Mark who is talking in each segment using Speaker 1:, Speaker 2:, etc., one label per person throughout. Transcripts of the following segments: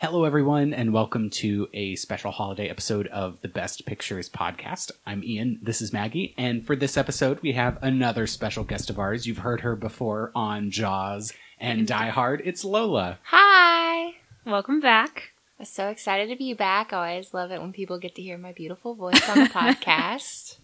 Speaker 1: Hello, everyone, and welcome to a special holiday episode of the Best Pictures podcast. I'm Ian, this is Maggie, and for this episode, we have another special guest of ours. You've heard her before on Jaws and Die Hard. It's Lola.
Speaker 2: Hi! Welcome back.
Speaker 3: I'm so excited to be back. I always love it when people get to hear my beautiful voice on the podcast.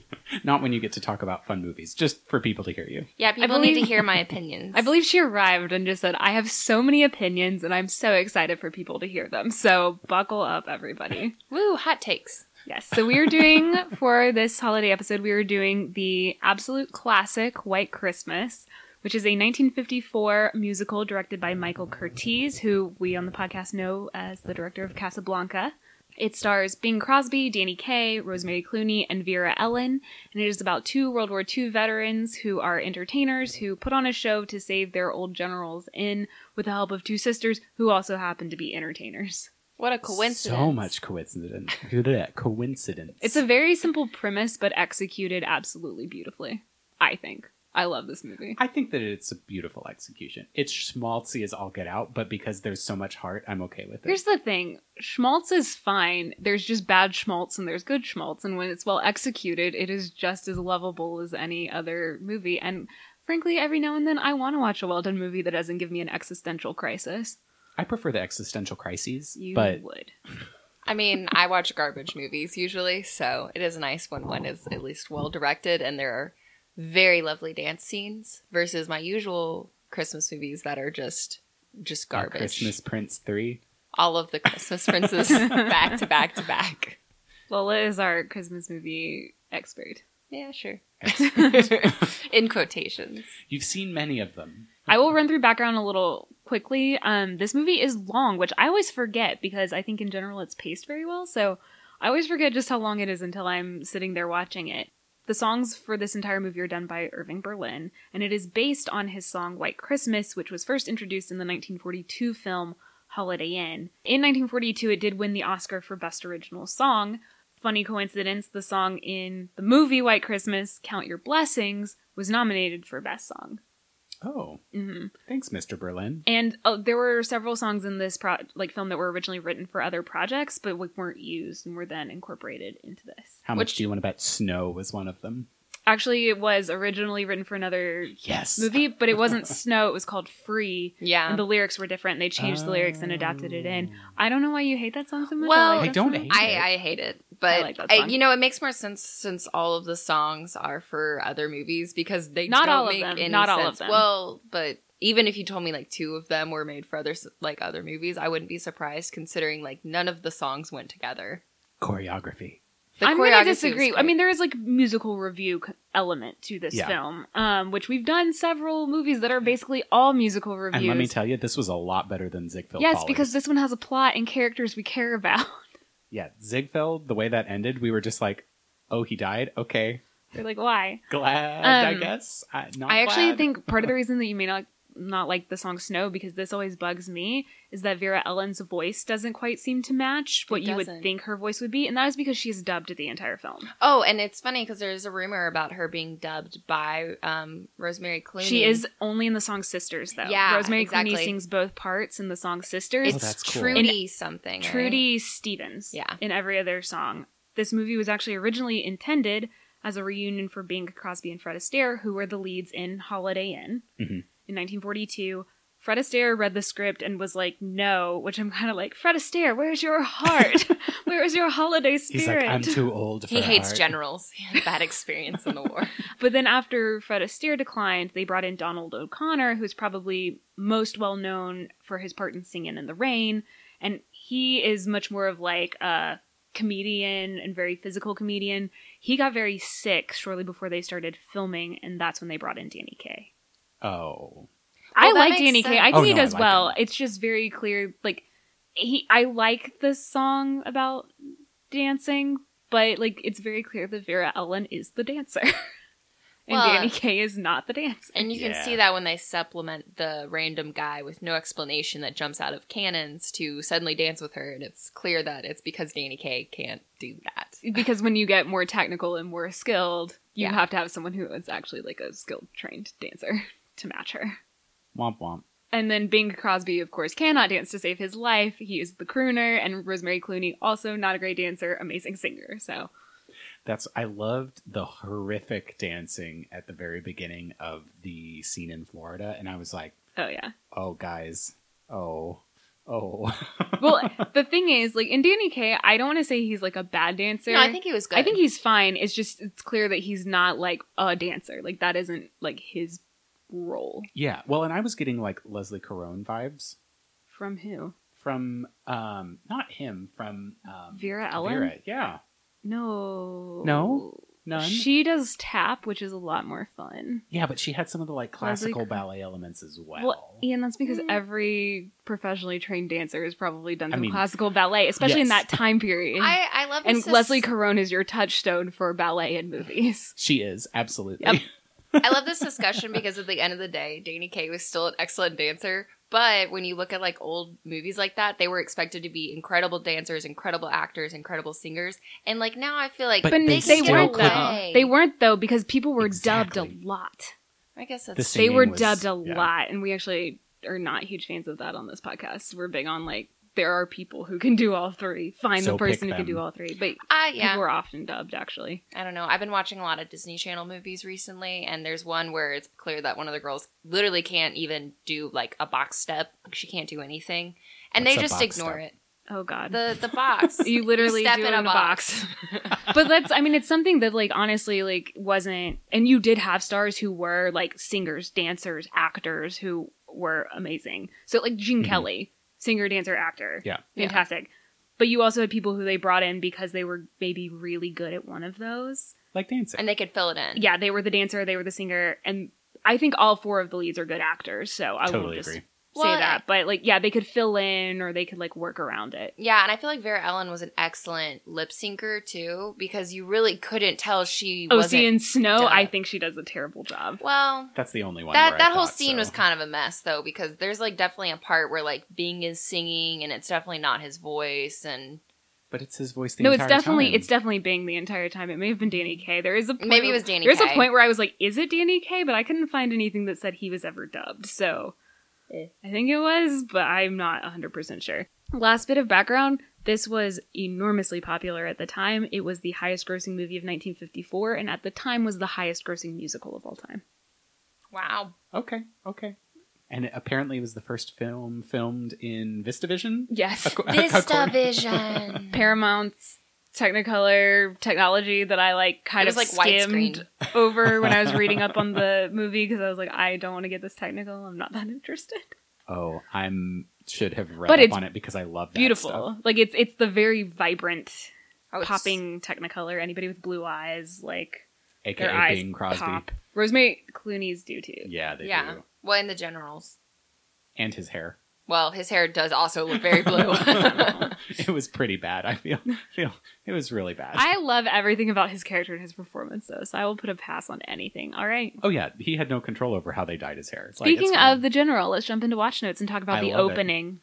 Speaker 1: Not when you get to talk about fun movies, just for people to hear you.
Speaker 3: Yeah, people need
Speaker 2: believe-
Speaker 3: to hear my opinions.
Speaker 2: I believe she arrived and just said, I have so many opinions and I'm so excited for people to hear them. So buckle up, everybody.
Speaker 3: Woo, hot takes.
Speaker 2: Yes. So we are doing, for this holiday episode, we were doing the absolute classic White Christmas, which is a 1954 musical directed by Michael Curtiz, who we on the podcast know as the director of Casablanca. It stars Bing Crosby, Danny Kaye, Rosemary Clooney, and Vera Ellen, and it is about two World War II veterans who are entertainers who put on a show to save their old generals in with the help of two sisters who also happen to be entertainers.
Speaker 3: What a coincidence.
Speaker 1: So much coincidence. coincidence.
Speaker 2: It's a very simple premise, but executed absolutely beautifully. I think. I love this movie.
Speaker 1: I think that it's a beautiful execution. It's schmaltzy as all get out, but because there's so much heart, I'm okay with it.
Speaker 2: Here's the thing schmaltz is fine. There's just bad schmaltz and there's good schmaltz. And when it's well executed, it is just as lovable as any other movie. And frankly, every now and then, I want to watch a well done movie that doesn't give me an existential crisis.
Speaker 1: I prefer the existential crises,
Speaker 2: You
Speaker 1: but
Speaker 2: would.
Speaker 3: I mean, I watch garbage movies usually, so it is nice when one is at least well directed and there are very lovely dance scenes versus my usual Christmas movies that are just just
Speaker 1: uh,
Speaker 3: garbage.
Speaker 1: Christmas Prince 3.
Speaker 3: All of the Christmas princes back to back to back.
Speaker 2: Lola is our Christmas movie expert.
Speaker 3: Yeah, sure.
Speaker 1: Yes.
Speaker 3: In quotations.
Speaker 1: You've seen many of them.
Speaker 2: I will run through background a little quickly. Um, this movie is long, which I always forget because I think in general it's paced very well. So I always forget just how long it is until I'm sitting there watching it. The songs for this entire movie are done by Irving Berlin, and it is based on his song White Christmas, which was first introduced in the 1942 film Holiday Inn. In 1942, it did win the Oscar for Best Original Song. Funny coincidence, the song in the movie White Christmas, Count Your Blessings, was nominated for Best Song.
Speaker 1: Oh,
Speaker 2: hmm
Speaker 1: thanks, Mr. Berlin.
Speaker 2: and uh, there were several songs in this pro- like film that were originally written for other projects, but like, weren't used and were then incorporated into this.
Speaker 1: How much
Speaker 3: Which-
Speaker 1: do you want to bet Snow was one of them?
Speaker 2: Actually, it was originally written for another
Speaker 1: Yes.
Speaker 2: movie, but it wasn't Snow. It was called Free,
Speaker 3: Yeah.
Speaker 2: and the lyrics were different. They changed the lyrics and adapted it in. I don't know why you hate that song so much.
Speaker 3: Well- I
Speaker 2: like that
Speaker 1: Oh. don't
Speaker 2: song.
Speaker 1: hate
Speaker 3: I, I hate it, but
Speaker 2: I
Speaker 3: I
Speaker 2: like that song.
Speaker 3: you know it makes more sense since all of the songs are for other movies because they
Speaker 2: Not
Speaker 3: don't
Speaker 2: all of
Speaker 3: make
Speaker 2: them,
Speaker 3: any
Speaker 2: not all of
Speaker 3: sense.
Speaker 2: them.
Speaker 3: Well, but even if you told me like two of them were made for other s- like other movies, I wouldn't be surprised considering like none of the songs went together.
Speaker 1: Choreography.
Speaker 3: The
Speaker 2: I'm
Speaker 3: choreography
Speaker 2: going to
Speaker 3: was
Speaker 2: disagree. I
Speaker 3: great.
Speaker 2: mean, there is like musical review c- element to this
Speaker 1: Yeah.
Speaker 2: film, um, which we've done several movies that are basically all musical reviews.
Speaker 1: And let me tell you, this was a lot better than Ziegfeld.
Speaker 2: yes,
Speaker 1: Follies.
Speaker 2: because this one has a plot and characters we care about.
Speaker 1: yeah, Ziegfeld. The way that ended, we were just like, "Oh, he died. Okay,
Speaker 2: They're like, why?
Speaker 1: glad. I
Speaker 2: Um,
Speaker 1: guess. I, not
Speaker 2: I actually
Speaker 1: glad.
Speaker 2: think part of the reason that you may not not like the song Snow because this always bugs me is that Vera Ellen's voice doesn't quite seem to match what
Speaker 3: It
Speaker 2: you would
Speaker 3: doesn't.
Speaker 2: think her voice would be, and that is because she's dubbed the entire film.
Speaker 3: oh, and it's funny because there's a rumor about her being dubbed by um, Rosemary Clooney.
Speaker 2: She is only in the song Sisters though.
Speaker 3: Yeah,
Speaker 2: Rosemary Clooney
Speaker 3: exactly.
Speaker 2: sings both parts in the song Sisters.
Speaker 3: It's
Speaker 1: Oh, that's cool.
Speaker 3: Trudy something. right?
Speaker 2: Trudy Stevens
Speaker 3: Yeah.
Speaker 2: in every other song. This movie was actually originally intended as a reunion for Bing Crosby and Fred Astaire, who were the leads in Holiday Inn
Speaker 1: Mhm.
Speaker 2: in 1942. Fred Astaire read the script and was like, no, which I'm kind of like, Fred Astaire, where's your heart? Where is your holiday
Speaker 1: he's
Speaker 2: spirit?
Speaker 1: like, I'm too old.
Speaker 3: He
Speaker 1: for
Speaker 3: hates
Speaker 1: art."
Speaker 3: generals. He had a bad experience in the war.
Speaker 2: But then after Fred Astaire declined, they brought in Donald O'Connor, who's probably most well known for his part in Singin' in the Rain, and he is much more of like a comedian and very physical comedian. He got very sick shortly before they started filming, and that's when they brought in Danny Kaye.
Speaker 1: Oh,
Speaker 2: I
Speaker 3: Well, that
Speaker 2: like
Speaker 3: makes
Speaker 2: Danny Kaye. I
Speaker 3: sense.
Speaker 2: think
Speaker 1: Oh,
Speaker 2: he
Speaker 1: no, I
Speaker 2: does
Speaker 1: like
Speaker 2: well.
Speaker 1: him.
Speaker 2: It's just very clear. Like he, I like the song about dancing, but like it's very clear that Vera Ellen is the dancer, and
Speaker 3: Well,
Speaker 2: Danny Kaye is not the dancer.
Speaker 3: And you
Speaker 1: Yeah.
Speaker 3: can see that when they supplement the random guy with no explanation that jumps out of cannons to suddenly dance with her, and it's clear that it's because Danny Kaye can't do that.
Speaker 2: Because when you get more technical and more skilled, you
Speaker 3: Yeah.
Speaker 2: have to have someone who is actually like a skilled trained dancer to match her.
Speaker 1: womp womp.
Speaker 2: And then Bing Crosby, of course, cannot dance to save his life. He is the crooner, and Rosemary Clooney, also not a great dancer, amazing singer. So
Speaker 1: That's I loved the horrific dancing at the very beginning of the scene in Florida, and I was like,
Speaker 2: oh yeah.
Speaker 1: oh guys, oh, oh.
Speaker 2: Well, the thing is, like in Danny Kaye, I don't want to say he's like a bad dancer.
Speaker 3: No, I think he was good.
Speaker 2: I think he's fine. It's just it's clear that he's not like a dancer. Like that isn't like his role.
Speaker 1: yeah. Well, and I was getting like Leslie Caron vibes
Speaker 2: From who?
Speaker 1: from um not him from um,
Speaker 2: Vera Ellen?
Speaker 1: Vera, yeah.
Speaker 2: No.
Speaker 1: No? None.
Speaker 2: She does tap, which is a lot more fun.
Speaker 1: yeah, but she had some of the like
Speaker 2: Leslie
Speaker 1: classical
Speaker 2: Caron.
Speaker 1: ballet elements as well.
Speaker 2: Well, Ian, that's because
Speaker 3: Mm.
Speaker 2: every professionally trained dancer has probably done
Speaker 1: I
Speaker 2: some
Speaker 1: mean,
Speaker 2: classical ballet, especially in
Speaker 1: yes.
Speaker 2: that time period.
Speaker 3: I, I love
Speaker 2: and
Speaker 3: this-
Speaker 2: Leslie Caron is your touchstone for ballet and movies.
Speaker 1: she is absolutely.
Speaker 2: Yep.
Speaker 3: I love this discussion because at the end of the day, Danny Kaye was still an excellent dancer. But when you look at like old movies like that, they were expected to be incredible dancers, incredible actors, incredible singers, and like now I feel like
Speaker 1: But
Speaker 2: they
Speaker 3: they,
Speaker 2: still
Speaker 3: get away.
Speaker 2: couldn't. They weren't though because people were dubbed
Speaker 1: Exactly.
Speaker 2: a lot.
Speaker 3: I guess
Speaker 1: The
Speaker 3: that's
Speaker 1: same-
Speaker 2: They
Speaker 1: Singing
Speaker 2: were
Speaker 1: was-
Speaker 2: dubbed a
Speaker 1: yeah.
Speaker 2: lot, and we actually are not huge fans of that on this podcast. We're big on like there are people who can do all three. Find
Speaker 1: So
Speaker 2: the
Speaker 1: pick
Speaker 2: person who can
Speaker 1: them.
Speaker 2: do all three, but
Speaker 3: Ah, yeah.
Speaker 2: people are often dubbed actually.
Speaker 3: I don't know. I've been watching a lot of Disney Channel movies recently, and there's one where it's clear that one of the girls literally can't even do like a box step. Like, she can't do anything, and
Speaker 1: What's a
Speaker 3: they just
Speaker 1: box
Speaker 3: ignore
Speaker 1: step?
Speaker 2: Oh God,
Speaker 3: it. The the box.
Speaker 2: you literally
Speaker 3: step
Speaker 2: do
Speaker 3: in
Speaker 2: it
Speaker 3: a
Speaker 2: in a box. but that's I mean it's something that like honestly like wasn't and you did have stars who were like singers, dancers, actors who were amazing. So like Gene
Speaker 1: Mhm.
Speaker 2: Kelly, singer, dancer, actor.
Speaker 1: Yeah.
Speaker 3: Yeah.
Speaker 2: Fantastic. But you also had people who they brought in because they were maybe really good at one of those.
Speaker 1: like dancing.
Speaker 3: and they could fill it in.
Speaker 2: Yeah, they were the dancer, they were the singer, and I think all four of the leads are good actors, so I
Speaker 1: totally
Speaker 2: won't just
Speaker 1: agree.
Speaker 2: say
Speaker 3: Well,
Speaker 2: that. But like yeah, they could fill in or they could like work around it.
Speaker 3: Yeah, and I feel like Vera Ellen was an excellent lip syncer too, because you really couldn't tell she
Speaker 2: Oh,
Speaker 3: wasn't.
Speaker 2: see in Snow,
Speaker 3: done.
Speaker 2: I think she does a terrible job.
Speaker 3: well,
Speaker 1: That's the only one.
Speaker 3: that
Speaker 1: where I
Speaker 3: that whole
Speaker 1: thought
Speaker 3: scene
Speaker 1: so.
Speaker 3: was kind of a mess though, because there's like definitely a part where like Bing is singing and it's definitely not his voice, and
Speaker 1: But it's his voice. The
Speaker 2: No, it's
Speaker 1: entire
Speaker 2: definitely
Speaker 1: time.
Speaker 2: it's definitely Bing the entire time. It may have been Danny Kaye. There is a point
Speaker 3: maybe it was Danny.
Speaker 2: there's a
Speaker 3: Kaye.
Speaker 2: point where I was like, is it Danny Kaye? But I couldn't find anything that said he was ever dubbed. So
Speaker 3: Eh.
Speaker 2: I think it was, but I'm not 100% sure. Last bit of background this was enormously popular at the time. It was the highest grossing movie of 1954, and at the time was the highest grossing musical of all time.
Speaker 3: Wow.
Speaker 1: okay. Okay. And it apparently, was the first film filmed in VistaVision.
Speaker 2: Yes.
Speaker 1: Acco-
Speaker 3: Vista
Speaker 1: according-
Speaker 3: Vision.
Speaker 2: Paramount's Technicolor technology that I like kind
Speaker 3: It was,
Speaker 2: of like
Speaker 3: like,
Speaker 2: skimmed over when I was reading up on the movie because I was like, I don't want to get this technical. I'm not that interested.
Speaker 1: Oh, I'm should have read
Speaker 2: But
Speaker 1: up
Speaker 2: it's
Speaker 1: on it because I love that stuff.
Speaker 2: Beautiful, like it's it's the very vibrant
Speaker 3: Oh, it's-
Speaker 2: popping Technicolor. Anybody with blue eyes, like
Speaker 1: AKA
Speaker 2: their eyes
Speaker 1: Bing Crosby.
Speaker 2: pop. Rosemary Clooney's do too.
Speaker 1: Yeah, they
Speaker 3: Yeah.
Speaker 1: do.
Speaker 3: Well, in the generals.
Speaker 1: And his hair.
Speaker 3: Well, his hair does also look very blue.
Speaker 1: it was pretty bad. I feel. Feel it was really bad.
Speaker 2: I love everything about his character and his performance, though. So I will put a pass on anything. All right.
Speaker 1: Oh yeah, he had no control over how they dyed his hair. It's like,
Speaker 2: Speaking
Speaker 1: it's fine.
Speaker 2: of the general, let's jump into watch notes and talk about
Speaker 1: I
Speaker 2: the
Speaker 1: love it.
Speaker 2: opening.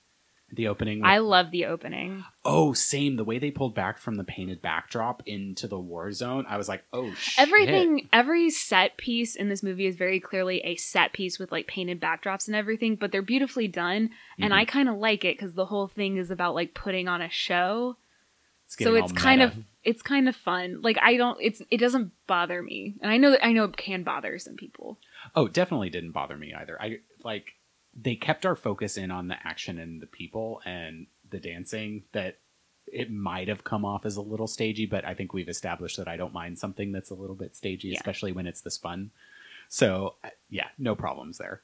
Speaker 1: the opening,
Speaker 2: I love the opening.
Speaker 1: oh same the way they pulled back from the painted backdrop into the war zone. I was like, oh shit.
Speaker 2: Everything, every set piece in this movie is very clearly a set piece with like painted backdrops and everything, but they're beautifully done. And
Speaker 1: Mhm.
Speaker 2: I kind of like it because the whole thing is about like putting on a show.
Speaker 1: It's
Speaker 2: so
Speaker 1: getting all
Speaker 2: it's kind
Speaker 1: meta.
Speaker 2: of it's kind of fun. Like I don't, it's it doesn't bother me, and I know I know it can bother some people.
Speaker 1: Oh, definitely didn't bother me either. I like they kept our focus in on the action and the people and the dancing that it might have come off as a little stagey, but I think we've established that I don't mind something that's a little bit stagey,
Speaker 2: Yeah.
Speaker 1: especially when it's this fun. So, uh, yeah, no problems there.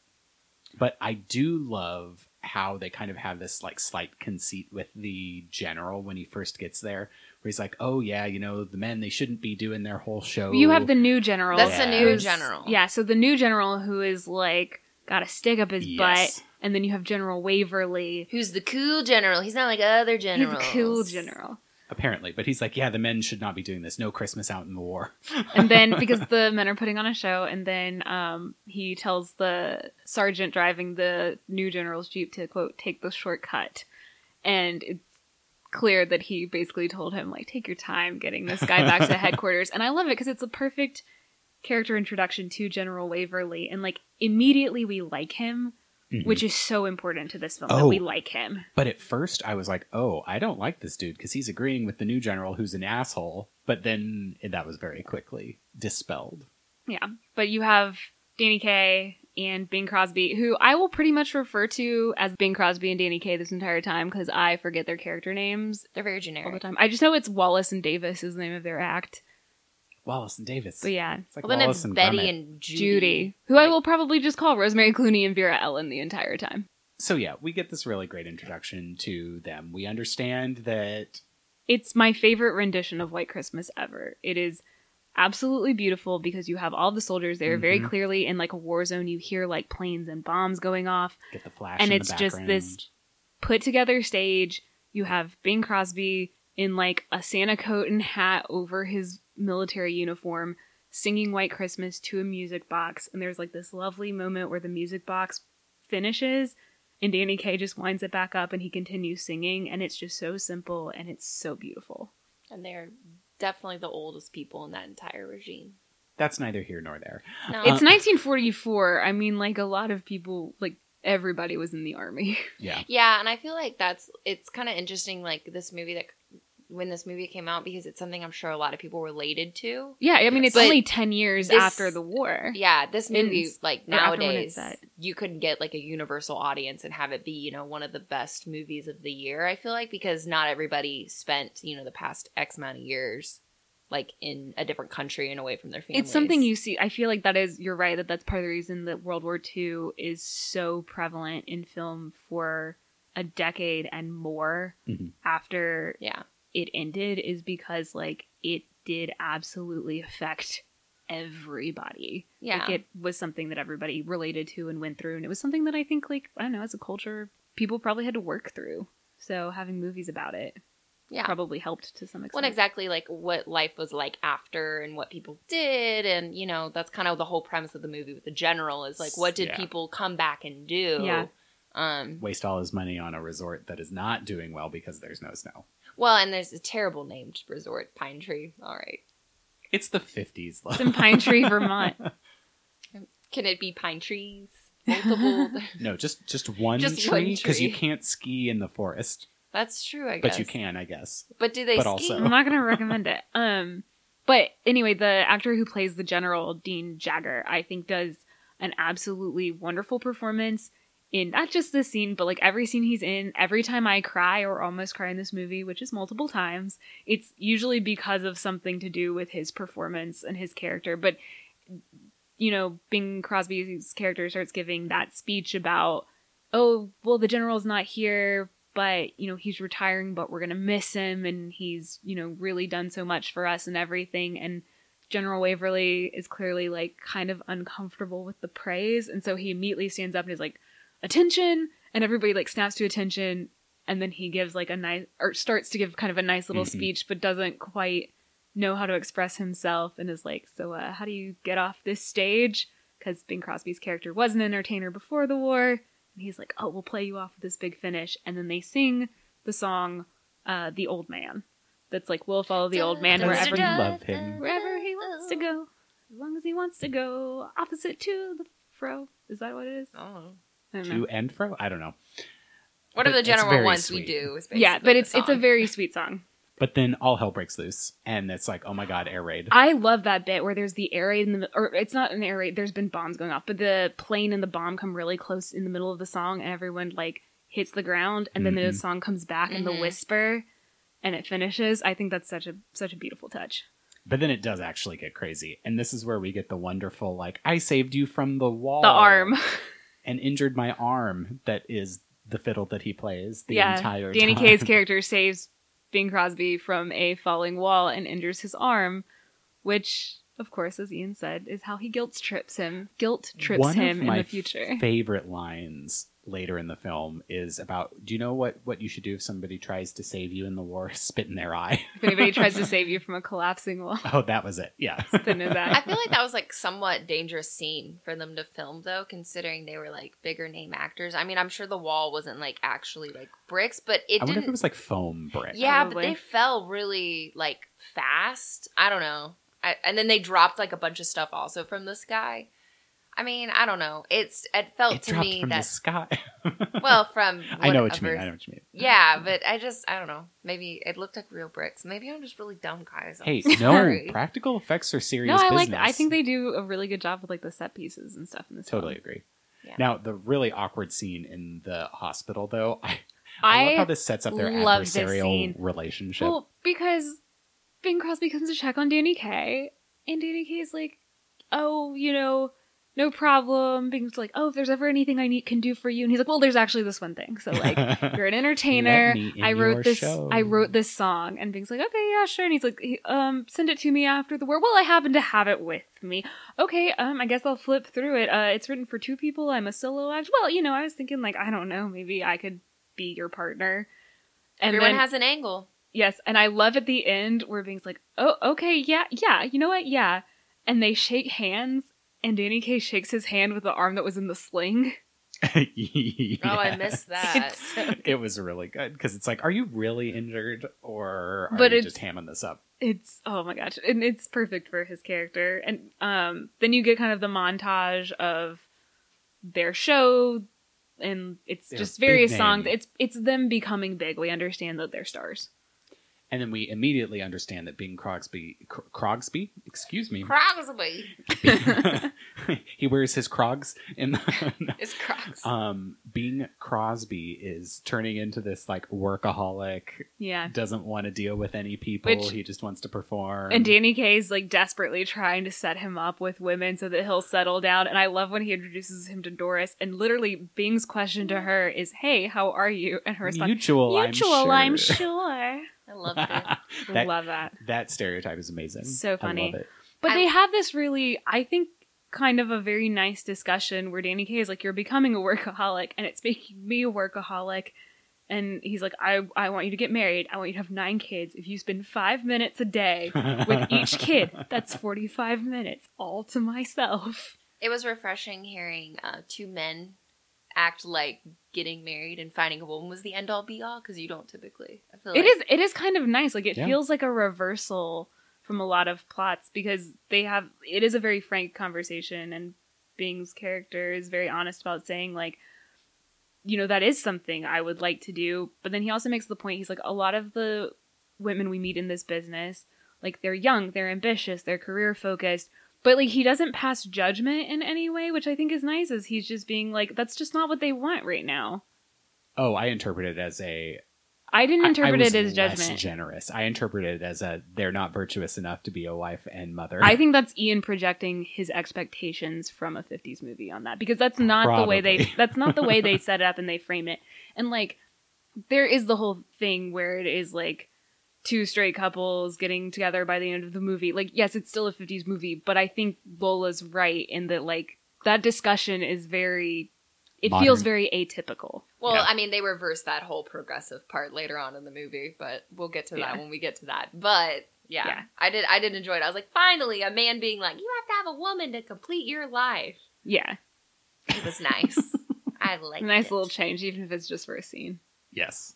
Speaker 1: But I do love how they kind of have this like slight conceit with the general when he first gets there, where he's like, "Oh yeah, you know the men they shouldn't be doing their whole show."
Speaker 2: You have the new general.
Speaker 3: That's
Speaker 1: the new
Speaker 2: who's-
Speaker 3: general.
Speaker 2: Yeah, so the new general who is like got a stick up his
Speaker 1: Yes.
Speaker 2: butt, and then you have General Waverly.
Speaker 3: Who's the cool general? He's not like other
Speaker 2: He's a
Speaker 3: generals.
Speaker 2: cool general.
Speaker 1: apparently, but he's like, "Yeah, the men should not be doing this. No Christmas out in the war."
Speaker 2: and then because the men are putting on a show and then um, he tells the sergeant driving the new general's jeep to quote take the shortcut and it's clear that he basically told him like take your time getting this guy back to headquarters and i love it because it's a perfect character introduction to general waverly and like immediately we like him
Speaker 1: Mhm.
Speaker 2: which is so important to this film that
Speaker 1: Oh.
Speaker 2: we like him.
Speaker 1: But at first, I was like, "Oh, I don't like this dude because he's agreeing with the new general, who's an asshole." But then that was very quickly dispelled.
Speaker 2: Yeah. But you have Danny Kaye and Bing Crosby, who I will pretty much refer to as Bing Crosby and Danny Kaye this entire time because I forget their character names
Speaker 3: They're very
Speaker 2: all the
Speaker 3: generic.
Speaker 2: time. I just know it's Wallace and Davis is the name of their act.
Speaker 1: Wallace and Davis.
Speaker 2: But yeah,
Speaker 1: It's like
Speaker 3: Well, then
Speaker 1: Wallace
Speaker 3: it's
Speaker 1: and
Speaker 3: Betty
Speaker 1: Gromit.
Speaker 3: and Judy.
Speaker 2: Judy, who I will probably just call Rosemary Clooney and Vera Ellen the entire time.
Speaker 1: So yeah, we get this really great introduction to them. We understand that
Speaker 2: It's my favorite rendition of White Christmas ever. It is absolutely beautiful because you have all the soldiers there very
Speaker 1: Mhm.
Speaker 2: clearly in like a war zone. You hear like planes and bombs going off,
Speaker 1: get the flash,
Speaker 2: and
Speaker 1: in the
Speaker 2: it's just this
Speaker 1: background.
Speaker 2: put together stage. You have Bing Crosby in like a Santa coat and hat over his military uniform singing White Christmas to a music box. And there's like this lovely moment where the music box finishes and Danny Kaye just winds it back up and he continues singing. And it's just so simple and it's so beautiful.
Speaker 3: And they're definitely the oldest people in that entire regime.
Speaker 1: That's neither here nor there.
Speaker 3: No.
Speaker 2: It's 1944. I mean, like a lot of people, like everybody was in the army.
Speaker 1: Yeah.
Speaker 3: Yeah, and I feel like that's it's kind of interesting. Like this movie that when this movie came out because it's something I'm sure a lot of people related to.
Speaker 2: yeah, I mean, it's
Speaker 3: But
Speaker 2: only 10 years
Speaker 3: this-
Speaker 2: after the war.
Speaker 3: Yeah, this movie
Speaker 2: Ins-
Speaker 3: like
Speaker 2: or after when
Speaker 3: nowadays
Speaker 2: it's set.
Speaker 3: you could get like a universal audience and have it be you know one of the best movies of the year. I feel like because not everybody spent you know the past X amount of years like in a different country and away from their families.
Speaker 2: It's something you see. I feel like that is, you're right, that that's part of the reason that World War II is so prevalent in film for a decade and more
Speaker 1: Mhm.
Speaker 2: after
Speaker 3: yeah
Speaker 2: it ended, is because, like, it did absolutely affect everybody.
Speaker 3: yeah
Speaker 2: Like, it was something that everybody related to and went through. And it was something that I think, like, I don't know, as a culture, people probably had to work through. So having movies about it
Speaker 3: yeah.
Speaker 2: probably helped to some
Speaker 3: Well,
Speaker 2: extent.
Speaker 3: and exactly like what life was like after and what people did and you know that's kind of the whole premise of the movie with the general is like what did
Speaker 1: Yeah.
Speaker 3: people come back and do
Speaker 2: Yeah.
Speaker 3: um
Speaker 1: Waste all his money on a resort that is not doing well because there's no snow.
Speaker 3: well and there's a terrible named resort pine tree all right
Speaker 1: It's the 50s, love.
Speaker 2: It's in Pine Tree, Vermont.
Speaker 3: can it be pine trees multiple
Speaker 1: no, just just one
Speaker 3: Just one
Speaker 1: tree because you
Speaker 3: tree.
Speaker 1: can't ski in the forest,
Speaker 3: that's true i guess
Speaker 1: but you can, I guess.
Speaker 3: but do they
Speaker 1: But
Speaker 3: ski
Speaker 1: also-
Speaker 2: I'm not gonna recommend it. Um, but anyway, the actor who plays the general, Dean Jagger, I think does an absolutely wonderful performance in not just this scene, but like every scene he's in. Every time I cry or almost cry in this movie, which is multiple times, it's usually because of something to do with his performance and his character. But you know, Bing Crosby's character starts giving that speech about, oh, well, the general's not here, but, you know, he's retiring, but we're going to miss him. And he's, you know, really done so much for us and everything. And General Waverly is clearly, like, kind of uncomfortable with the praise. And so he immediately stands up and is like, attention. And everybody, like, snaps to attention. And then he gives, like, a nice, or starts to give kind of a nice little
Speaker 1: Mhm.
Speaker 2: speech, but doesn't quite know how to express himself and is like, so uh, how do you get off this stage? Because Bing Crosby's character was an entertainer before the war. And he's like, oh, we'll play you off with this big finish. And then they sing the song, uh, The Old Man. That's like, we'll follow the old man
Speaker 1: Dun, dun,
Speaker 2: wherever
Speaker 1: dun,
Speaker 2: he,
Speaker 1: dun. Love him.
Speaker 2: wherever he wants to go. As long as he wants to go opposite to the fro. Is that what it is?
Speaker 3: I don't know.
Speaker 2: I don't know.
Speaker 1: To and fro? I don't know.
Speaker 3: whatever the
Speaker 1: But it's
Speaker 3: general
Speaker 1: very
Speaker 3: wants we
Speaker 1: sweet.
Speaker 3: do is basically
Speaker 2: Yeah, but
Speaker 3: the
Speaker 2: it's it's a
Speaker 3: song.
Speaker 2: very sweet song.
Speaker 1: But then all hell breaks loose, and it's like, oh my god, air raid.
Speaker 2: I love that bit where there's the air raid in the or it's not an air raid. There's been bombs going off, but the plane and the bomb come really close in the middle of the song, and everyone like hits the ground, and then
Speaker 1: Mhm.
Speaker 2: the song comes back and
Speaker 3: Mhm.
Speaker 2: the whisper, and it finishes. I think that's such a such a beautiful touch.
Speaker 1: But then it does actually get crazy, and this is where we get the wonderful like, I saved you from the wall,
Speaker 2: The arm,
Speaker 1: and injured my arm. That is the fiddle that he plays the
Speaker 2: yeah.
Speaker 1: entire
Speaker 2: Danny
Speaker 1: time.
Speaker 2: Kaye's character saves Bing Crosby from a falling wall and injures his arm, which. Of course, as Ian said, is how he guilt trips him. Guilt trips
Speaker 1: One
Speaker 2: him
Speaker 1: of my
Speaker 2: in the future.
Speaker 1: favorite lines later in the film is about do you know what what you should do if somebody tries to save you in the war spit in their eye
Speaker 2: if anybody tries to save you from a collapsing wall,
Speaker 1: oh that was it yeah
Speaker 2: then know that.
Speaker 3: I feel like that was like somewhat dangerous scene for them to film though, considering they were like bigger name actors. I mean, I'm sure the wall wasn't like actually like bricks, but it
Speaker 1: i wonder if
Speaker 3: didn't.
Speaker 1: it was like foam brick
Speaker 3: yeah, but
Speaker 2: Probably.
Speaker 3: they fell really like fast. I don't know. I, and then they dropped like a bunch of stuff also from the sky. I mean, I don't know. It's it felt
Speaker 1: it
Speaker 3: to
Speaker 1: dropped
Speaker 3: me
Speaker 1: from the
Speaker 3: that
Speaker 1: sky.
Speaker 3: well from
Speaker 1: I know what you
Speaker 3: a
Speaker 1: mean. I
Speaker 3: verse-
Speaker 1: know what you mean.
Speaker 3: Yeah, but I just I don't know. Maybe it looked like real bricks. Maybe I'm just really dumb, guys. I'm
Speaker 1: Hey, no,
Speaker 3: sorry.
Speaker 1: practical effects are serious
Speaker 2: No, I
Speaker 1: business.
Speaker 2: like. I think they do a really good job with like the set pieces and stuff in this. film.
Speaker 1: totally agree.
Speaker 3: Yeah.
Speaker 1: Now, the really awkward scene in the hospital, though, I, I, love how
Speaker 2: I
Speaker 1: this sets up their
Speaker 2: love this
Speaker 1: adversarial
Speaker 2: scene.
Speaker 1: relationship.
Speaker 2: well because Bing Crosby comes to check on Danny Kaye, and Danny Kaye's like, "Oh, you know, no problem." Bing's like, "Oh, if there's ever anything I need can do for you," and he's like, "Well, there's actually this one thing." So like, you're an entertainer.
Speaker 1: Let me in
Speaker 2: I
Speaker 1: your
Speaker 2: wrote this.
Speaker 1: show.
Speaker 2: I wrote this song, and Bing's like, okay, yeah, sure. And he's like, he- um, send it to me after the war. Well, I happen to have it with me. Okay, um, I guess I'll flip through it. Uh, it's written for two people. I'm a solo act. Well, you know, I was thinking like, I don't know, maybe I could be your partner. And
Speaker 3: Everyone
Speaker 2: then-
Speaker 3: has an angle.
Speaker 2: yes, and I love at the end where Bing's like, oh, okay, yeah, yeah. You know what? Yeah, and they shake hands. And Danny Kaye shakes his hand with the arm that was in the sling.
Speaker 3: Oh, I
Speaker 1: Yes.
Speaker 3: missed that.
Speaker 1: It was really good because it's like, are you really injured or are
Speaker 2: But
Speaker 1: you
Speaker 2: it's-
Speaker 1: just hamming this up?
Speaker 2: it's oh my gosh and it's perfect for his character and um then you get kind of the montage of their show and it's
Speaker 1: Their
Speaker 2: just
Speaker 1: big
Speaker 2: various
Speaker 1: name.
Speaker 2: songs it's it's them becoming big we understand that they're stars
Speaker 1: And then we immediately understand that Bing Crosby, Cro- Crogsby, excuse me,
Speaker 3: Crosby
Speaker 1: he wears his crogs in the,
Speaker 3: is Crocs.
Speaker 1: um Bing Crosby is turning into this like workaholic,
Speaker 2: yeah
Speaker 1: doesn't want to deal with any people,
Speaker 2: Which-
Speaker 1: he just wants to perform.
Speaker 2: and Danny Kaye's like desperately trying to set him up with women so that he'll settle down. And I love when he introduces him to Doris. And literally, Bing's question to her is, "Hey, how are you?" And her response,
Speaker 1: mutual,
Speaker 2: "Mutual,
Speaker 1: I'm
Speaker 2: I'm
Speaker 1: sure.
Speaker 2: sure."
Speaker 3: I love that.
Speaker 1: That-
Speaker 2: love that.
Speaker 1: that stereotype is amazing.
Speaker 2: So
Speaker 1: I
Speaker 2: funny.
Speaker 1: love it.
Speaker 2: But
Speaker 3: I-
Speaker 2: they have this really, I think, kind of a very nice discussion where Danny Kaye is like, "You're becoming a workaholic, and it's making me a workaholic." And he's like, "I I want you to get married. I want you to have nine kids. If you spend five minutes a day with each kid, that's forty five minutes all to myself."
Speaker 3: It was refreshing hearing uh, two men act like getting married and finding a woman was the end all be all because you don't typically. I feel
Speaker 2: It
Speaker 3: like
Speaker 2: is it is kind of nice. Like it
Speaker 1: Yeah.
Speaker 2: feels like a reversal from a lot of plots because they have it is a very frank conversation and Bing's character is very honest about saying like you know that is something I would like to do, but then he also makes the point he's like a lot of the women we meet in this business like they're young, they're ambitious, they're career focused, but like he doesn't pass judgment in any way, which I think is nice as he's just being like that's just not what they want right now.
Speaker 1: Oh, I interpret it as a
Speaker 2: I didn't
Speaker 1: I- I
Speaker 2: interpret
Speaker 1: was
Speaker 2: it as
Speaker 1: less
Speaker 2: judgment.
Speaker 1: generous. I interpret it as a they're not virtuous enough to be a wife and mother.
Speaker 2: I think that's Ian projecting his expectations from a 50s movie on that because that's not the way they
Speaker 1: Probably.
Speaker 2: that's not the way they set it up and they frame it. And like there is the whole thing where it is like two straight couples getting together by the end of the movie. Like yes, it's still a 50s movie, but I think Lola's right in that like that discussion is very it
Speaker 1: Modern.
Speaker 2: feels very atypical.
Speaker 3: Well,
Speaker 1: Yeah.
Speaker 3: I mean, they reverse that whole progressive part later on in the movie, but we'll get to that
Speaker 2: Yeah.
Speaker 3: when we get to that. But yeah,
Speaker 2: Yeah.
Speaker 3: I did. I did enjoy it. I was like, finally, a man being like, you have to have a woman to complete your life.
Speaker 2: Yeah.
Speaker 3: It was nice. I like
Speaker 2: nice
Speaker 3: it.
Speaker 2: little change even if it's just for a scene.
Speaker 1: yes.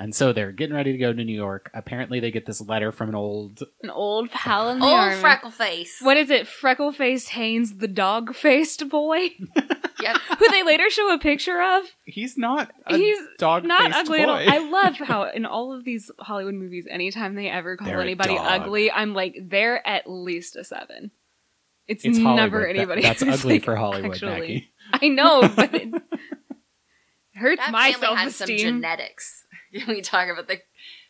Speaker 1: And so they're getting ready to go to New York. Apparently, they get this letter from an old
Speaker 2: An old pal in the
Speaker 3: old
Speaker 2: army.
Speaker 3: freckle face.
Speaker 2: What is it? Freckle faced Haynes, the dog faced boy,
Speaker 3: Yep.
Speaker 2: who they later show a picture of.
Speaker 1: He's not. A
Speaker 2: He's
Speaker 1: dog.
Speaker 2: Not ugly at all. I love how in all of these Hollywood movies, anytime they ever call
Speaker 1: They're a
Speaker 2: anybody
Speaker 1: dog.
Speaker 2: ugly, I'm like, they're at least a seven. It's,
Speaker 1: it's
Speaker 2: never
Speaker 1: Hollywood. That-
Speaker 2: anybody.
Speaker 1: that's
Speaker 2: who's
Speaker 1: ugly
Speaker 2: like,
Speaker 1: for Hollywood,
Speaker 2: actually-
Speaker 1: Maggie.
Speaker 2: I know, but it hurts
Speaker 3: that
Speaker 2: my
Speaker 3: family
Speaker 2: self
Speaker 3: had some
Speaker 2: esteem.
Speaker 3: genetics. we talk about the.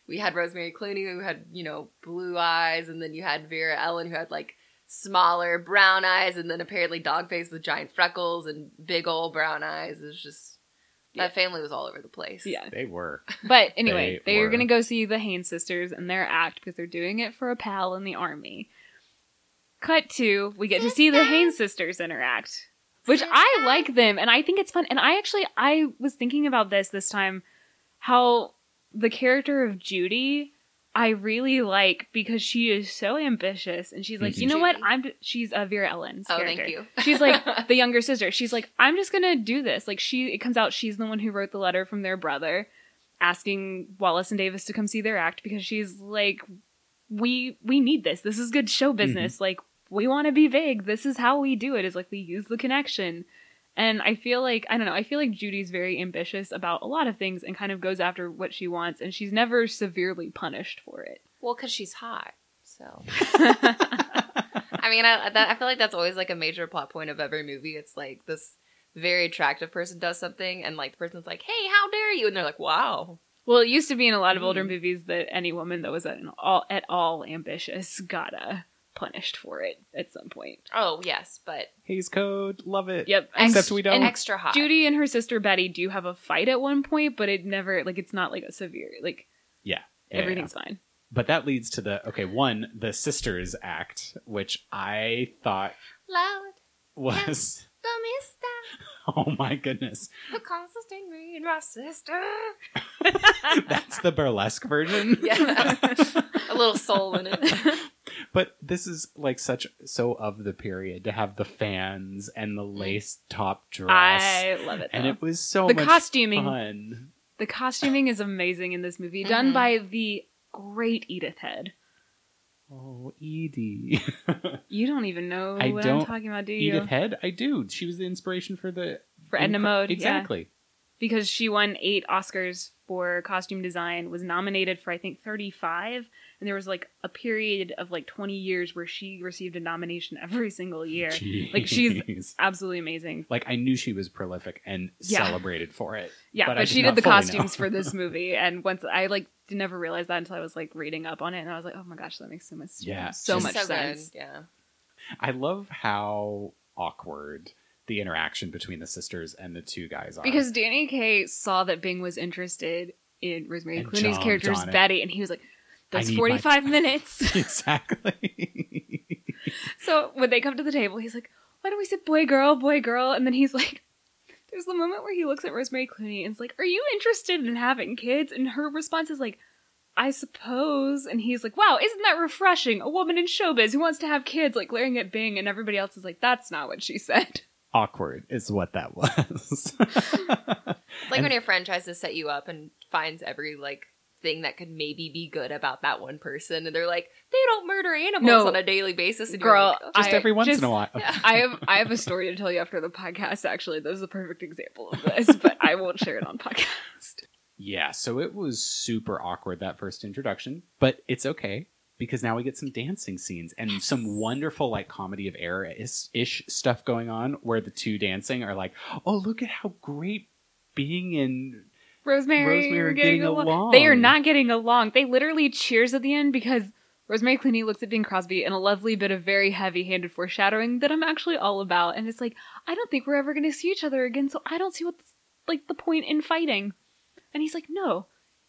Speaker 3: We had Rosemary Clooney, who had you know blue eyes, and then you had Vera Ellen, who had like smaller brown eyes, and then apparently dog face with giant freckles and big old brown eyes. It was just
Speaker 2: Yeah.
Speaker 3: that family was all over the place.
Speaker 2: Yeah.
Speaker 1: They were.
Speaker 2: But anyway,
Speaker 1: They
Speaker 2: they are
Speaker 1: were.
Speaker 2: going to go see the Haynes sisters and their act because they're doing it for a pal in the army. Cut to, we get to see the
Speaker 3: Sisters.
Speaker 2: Haynes sisters interact, which I
Speaker 3: Sisters.
Speaker 2: like them and I think it's fun. And I actually, I was thinking about this this time how the character of Judy I really like because she is so ambitious and she's like,
Speaker 1: Mhm.
Speaker 2: you know what?
Speaker 3: Judy.
Speaker 2: I'm, she's a Vera Ellen's
Speaker 3: Oh,
Speaker 2: character.
Speaker 3: thank you.
Speaker 2: She's like the younger sister. She's like, I'm just gonna do this. Like she, it comes out she's the one who wrote the letter from their brother, asking Wallace and Davis to come see their act because she's like, we we need this. This is good show business. Like we want to be big. This is how we do it. Is like we use the connection. And I feel like I don't know, I feel like Judy's very ambitious about a lot of things and kind of goes after what she wants and she's never severely punished for it.
Speaker 3: Well, because she's hot. So, I mean, I, that, I feel like that's always like a major plot point of every movie. It's like this very attractive person does something, and like the person's like, hey, how dare you? And they're like, wow.
Speaker 2: Well, it used to be in a lot of older
Speaker 3: Mhm.
Speaker 1: Mm.
Speaker 2: movies that any woman that was at an all at all ambitious gotta punished for it at some point.
Speaker 3: Oh, yes, but
Speaker 1: Haze code, love it.
Speaker 2: Yep.
Speaker 1: Except
Speaker 3: ex-
Speaker 1: we don't.
Speaker 3: And extra hot.
Speaker 2: Judy and her sister Betty do have a fight at one point, but it never like it's not like a severe like
Speaker 1: Yeah, yeah,
Speaker 2: everything's fine.
Speaker 1: But that leads to the okay, one, the sisters act, which I thought
Speaker 3: Loud,
Speaker 1: was
Speaker 3: the mister
Speaker 1: oh my goodness.
Speaker 3: who constantly made my sister.
Speaker 1: That's the burlesque version.
Speaker 3: Yeah. a little soul in it.
Speaker 1: But this is like such so of the period to have the fans and the lace top dress.
Speaker 2: Mm. I love it.
Speaker 1: and
Speaker 2: though.
Speaker 1: it was so
Speaker 2: the
Speaker 1: much
Speaker 2: costuming
Speaker 1: fun.
Speaker 2: the costuming is amazing in this
Speaker 1: Mm-hmm.
Speaker 2: movie, done
Speaker 3: Mhm.
Speaker 2: by the great Edith Head.
Speaker 1: Oh, Edie.
Speaker 2: You don't even know
Speaker 1: I
Speaker 2: what
Speaker 1: don't-
Speaker 2: I'm talking about, do you?
Speaker 1: Edith Head? I do. She was the inspiration for the
Speaker 2: For Edna Mode, yeah.
Speaker 1: Exactly.
Speaker 2: because she won eight Oscars for costume design, was nominated for I think 35, and there was like a period of like 20 years where she received a nomination every single year. Like, she's-
Speaker 1: Jeez.
Speaker 2: Absolutely amazing.
Speaker 1: like I knew she was prolific and
Speaker 2: Yeah.
Speaker 1: celebrated for it.
Speaker 2: Yeah,
Speaker 1: But
Speaker 2: but,
Speaker 1: I did
Speaker 2: she
Speaker 1: not
Speaker 2: did the
Speaker 1: fully know.
Speaker 2: costumes for this movie, and once I like never realized that until I was like reading up on it, and I was like, oh my gosh, that makes so much
Speaker 1: Yeah,
Speaker 2: so
Speaker 1: she's
Speaker 2: much
Speaker 3: so
Speaker 2: sense.
Speaker 3: Good. Yeah.
Speaker 1: I love how awkward the interaction between the sisters and the two guys are.
Speaker 2: Because Danny Kaye saw that Bing was interested in Rosemary
Speaker 1: And
Speaker 2: Clooney's
Speaker 1: jumped
Speaker 2: character's
Speaker 1: on it.
Speaker 2: Betty, and he was like,
Speaker 1: I
Speaker 2: those
Speaker 1: need my-
Speaker 2: 45 minutes.
Speaker 1: exactly.
Speaker 2: so when they come to the table, he's like, why don't we sit boy, girl, boy, girl? And then he's like, there's the moment where he looks at Rosemary Clooney and is like, are you interested in having kids? And her response is like, I suppose. And he's like, wow, isn't that refreshing? A woman in showbiz who wants to have kids, like glaring at Bing, and everybody else is like, that's not what she said.
Speaker 1: awkward is what that was.
Speaker 3: It's like when your friend tries to set you up and finds every like thing that could maybe be good about that one person, and they're like, they don't murder animals
Speaker 2: No.
Speaker 3: on a daily basis. And
Speaker 2: Girl,
Speaker 3: you're like,
Speaker 1: Just
Speaker 2: I
Speaker 1: every once
Speaker 2: just-
Speaker 1: in a while.
Speaker 2: I have I have a story to tell you after the podcast. Actually, that is a perfect example of this, but I won't share it on podcast.
Speaker 1: Yeah, so it was super awkward that first introduction, but it's okay because now we get some dancing scenes and some wonderful like comedy of error ish stuff going on where the two dancing are like, "Oh, look at how great being in
Speaker 2: Rosemary,
Speaker 1: Rosemary
Speaker 2: we're
Speaker 1: are
Speaker 2: getting,
Speaker 1: getting
Speaker 2: along.
Speaker 1: along.
Speaker 2: They are not getting along. They literally cheers at the end because Rosemary Clooney looks at Bing Crosby in a lovely bit of very heavy-handed foreshadowing that I'm actually all about, and it's like I don't think we're ever going to see each other again, so I don't see what's like the point in fighting. And he's like, no.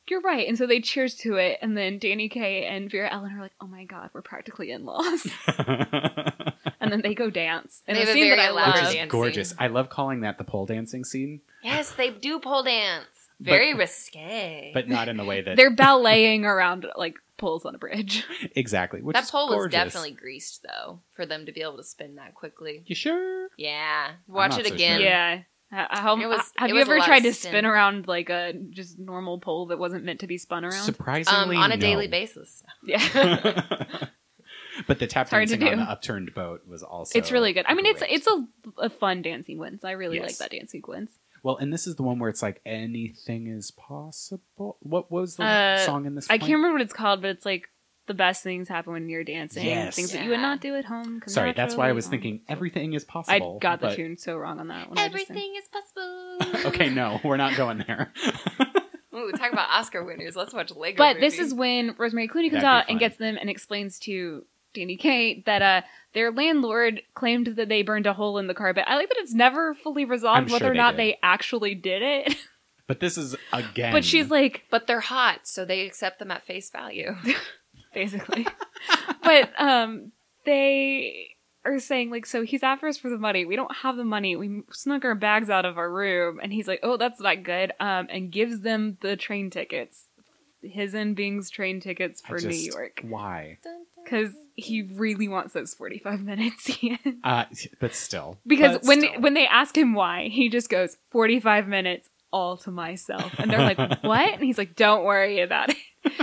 Speaker 2: You're right. And so they cheers to it. And then Danny Kaye and Vera Ellen are like, oh my God, we're practically in laws. and then they go dance. And
Speaker 3: They
Speaker 2: a
Speaker 3: have a
Speaker 2: scene that
Speaker 3: very
Speaker 2: I
Speaker 3: loud
Speaker 2: love.
Speaker 1: which is
Speaker 3: dancing.
Speaker 1: gorgeous. I love calling that the pole dancing scene,
Speaker 3: yes, they do pole dance. Very risque.
Speaker 1: but not in the way that
Speaker 2: They're balleting around like poles on a bridge.
Speaker 1: exactly. Which
Speaker 3: that
Speaker 1: is
Speaker 3: pole was
Speaker 1: gorgeous.
Speaker 3: definitely greased though, for them to be able to spin that quickly.
Speaker 1: You sure?
Speaker 3: Yeah, watch
Speaker 1: not
Speaker 3: it
Speaker 1: so
Speaker 3: again.
Speaker 1: sure.
Speaker 2: Yeah. Uh, how-
Speaker 3: It was- it
Speaker 2: have you
Speaker 3: was a
Speaker 2: ever
Speaker 3: lot of
Speaker 2: tried to
Speaker 3: spin.
Speaker 2: spin around like a just normal pole that wasn't meant to be spun around?
Speaker 1: Surprisingly,
Speaker 3: Um, on a
Speaker 1: no.
Speaker 3: daily basis.
Speaker 2: yeah.
Speaker 1: but the tap
Speaker 2: It's hard to
Speaker 1: dancing on
Speaker 2: do.
Speaker 1: the upturned boat was also
Speaker 2: it's really good. I mean, it's
Speaker 1: great.
Speaker 2: it's a, a fun dance sequence. I really like
Speaker 1: Yes.
Speaker 2: that dance sequence.
Speaker 1: well, and this is the one where it's like anything is possible. What was the
Speaker 2: Uh,
Speaker 1: song in this?
Speaker 2: I
Speaker 1: point?
Speaker 2: can't remember what it's called, but it's like the best things happen when you're dancing.
Speaker 1: Yes.
Speaker 2: Things that you would
Speaker 3: Yeah.
Speaker 2: not do at home. come
Speaker 1: Sorry, that's why I
Speaker 2: naturally
Speaker 1: was
Speaker 2: on.
Speaker 1: thinking everything is possible.
Speaker 2: I got the
Speaker 1: but-
Speaker 2: tune so wrong on that one. I just sang.
Speaker 3: Everything is possible.
Speaker 1: Okay, no, we're not going there.
Speaker 3: Ooh, talk about Oscar winners. Let's watch Lego.
Speaker 2: But this
Speaker 3: Movie.
Speaker 2: is when Rosemary Clooney comes
Speaker 1: That'd be
Speaker 2: out
Speaker 1: fun.
Speaker 2: and gets them and explains to Danny Kaye that uh, their landlord claimed that they burned a hole in the carpet. I like that it's never fully resolved
Speaker 1: I'm
Speaker 2: whether
Speaker 1: sure
Speaker 2: or
Speaker 1: they
Speaker 2: not
Speaker 1: did.
Speaker 2: they actually did it.
Speaker 1: But this is again.
Speaker 2: but she's like,
Speaker 3: But they're hot, so they accept them at face value.
Speaker 2: basically. but um, they are saying like, so he's after us for the money. We don't have the money. We snuck our bags out of our room, and he's like, oh, that's not good. Um, and gives them the train tickets, his and Bing's train tickets
Speaker 1: I
Speaker 2: for New
Speaker 1: just-
Speaker 2: York.
Speaker 1: Why?
Speaker 2: because he really wants those 45 minutes in.
Speaker 1: Uh, but still.
Speaker 2: because
Speaker 1: But
Speaker 2: when
Speaker 1: still.
Speaker 2: when they ask him why he just goes 45 minutes all to myself and they're like what and he's like don't worry about it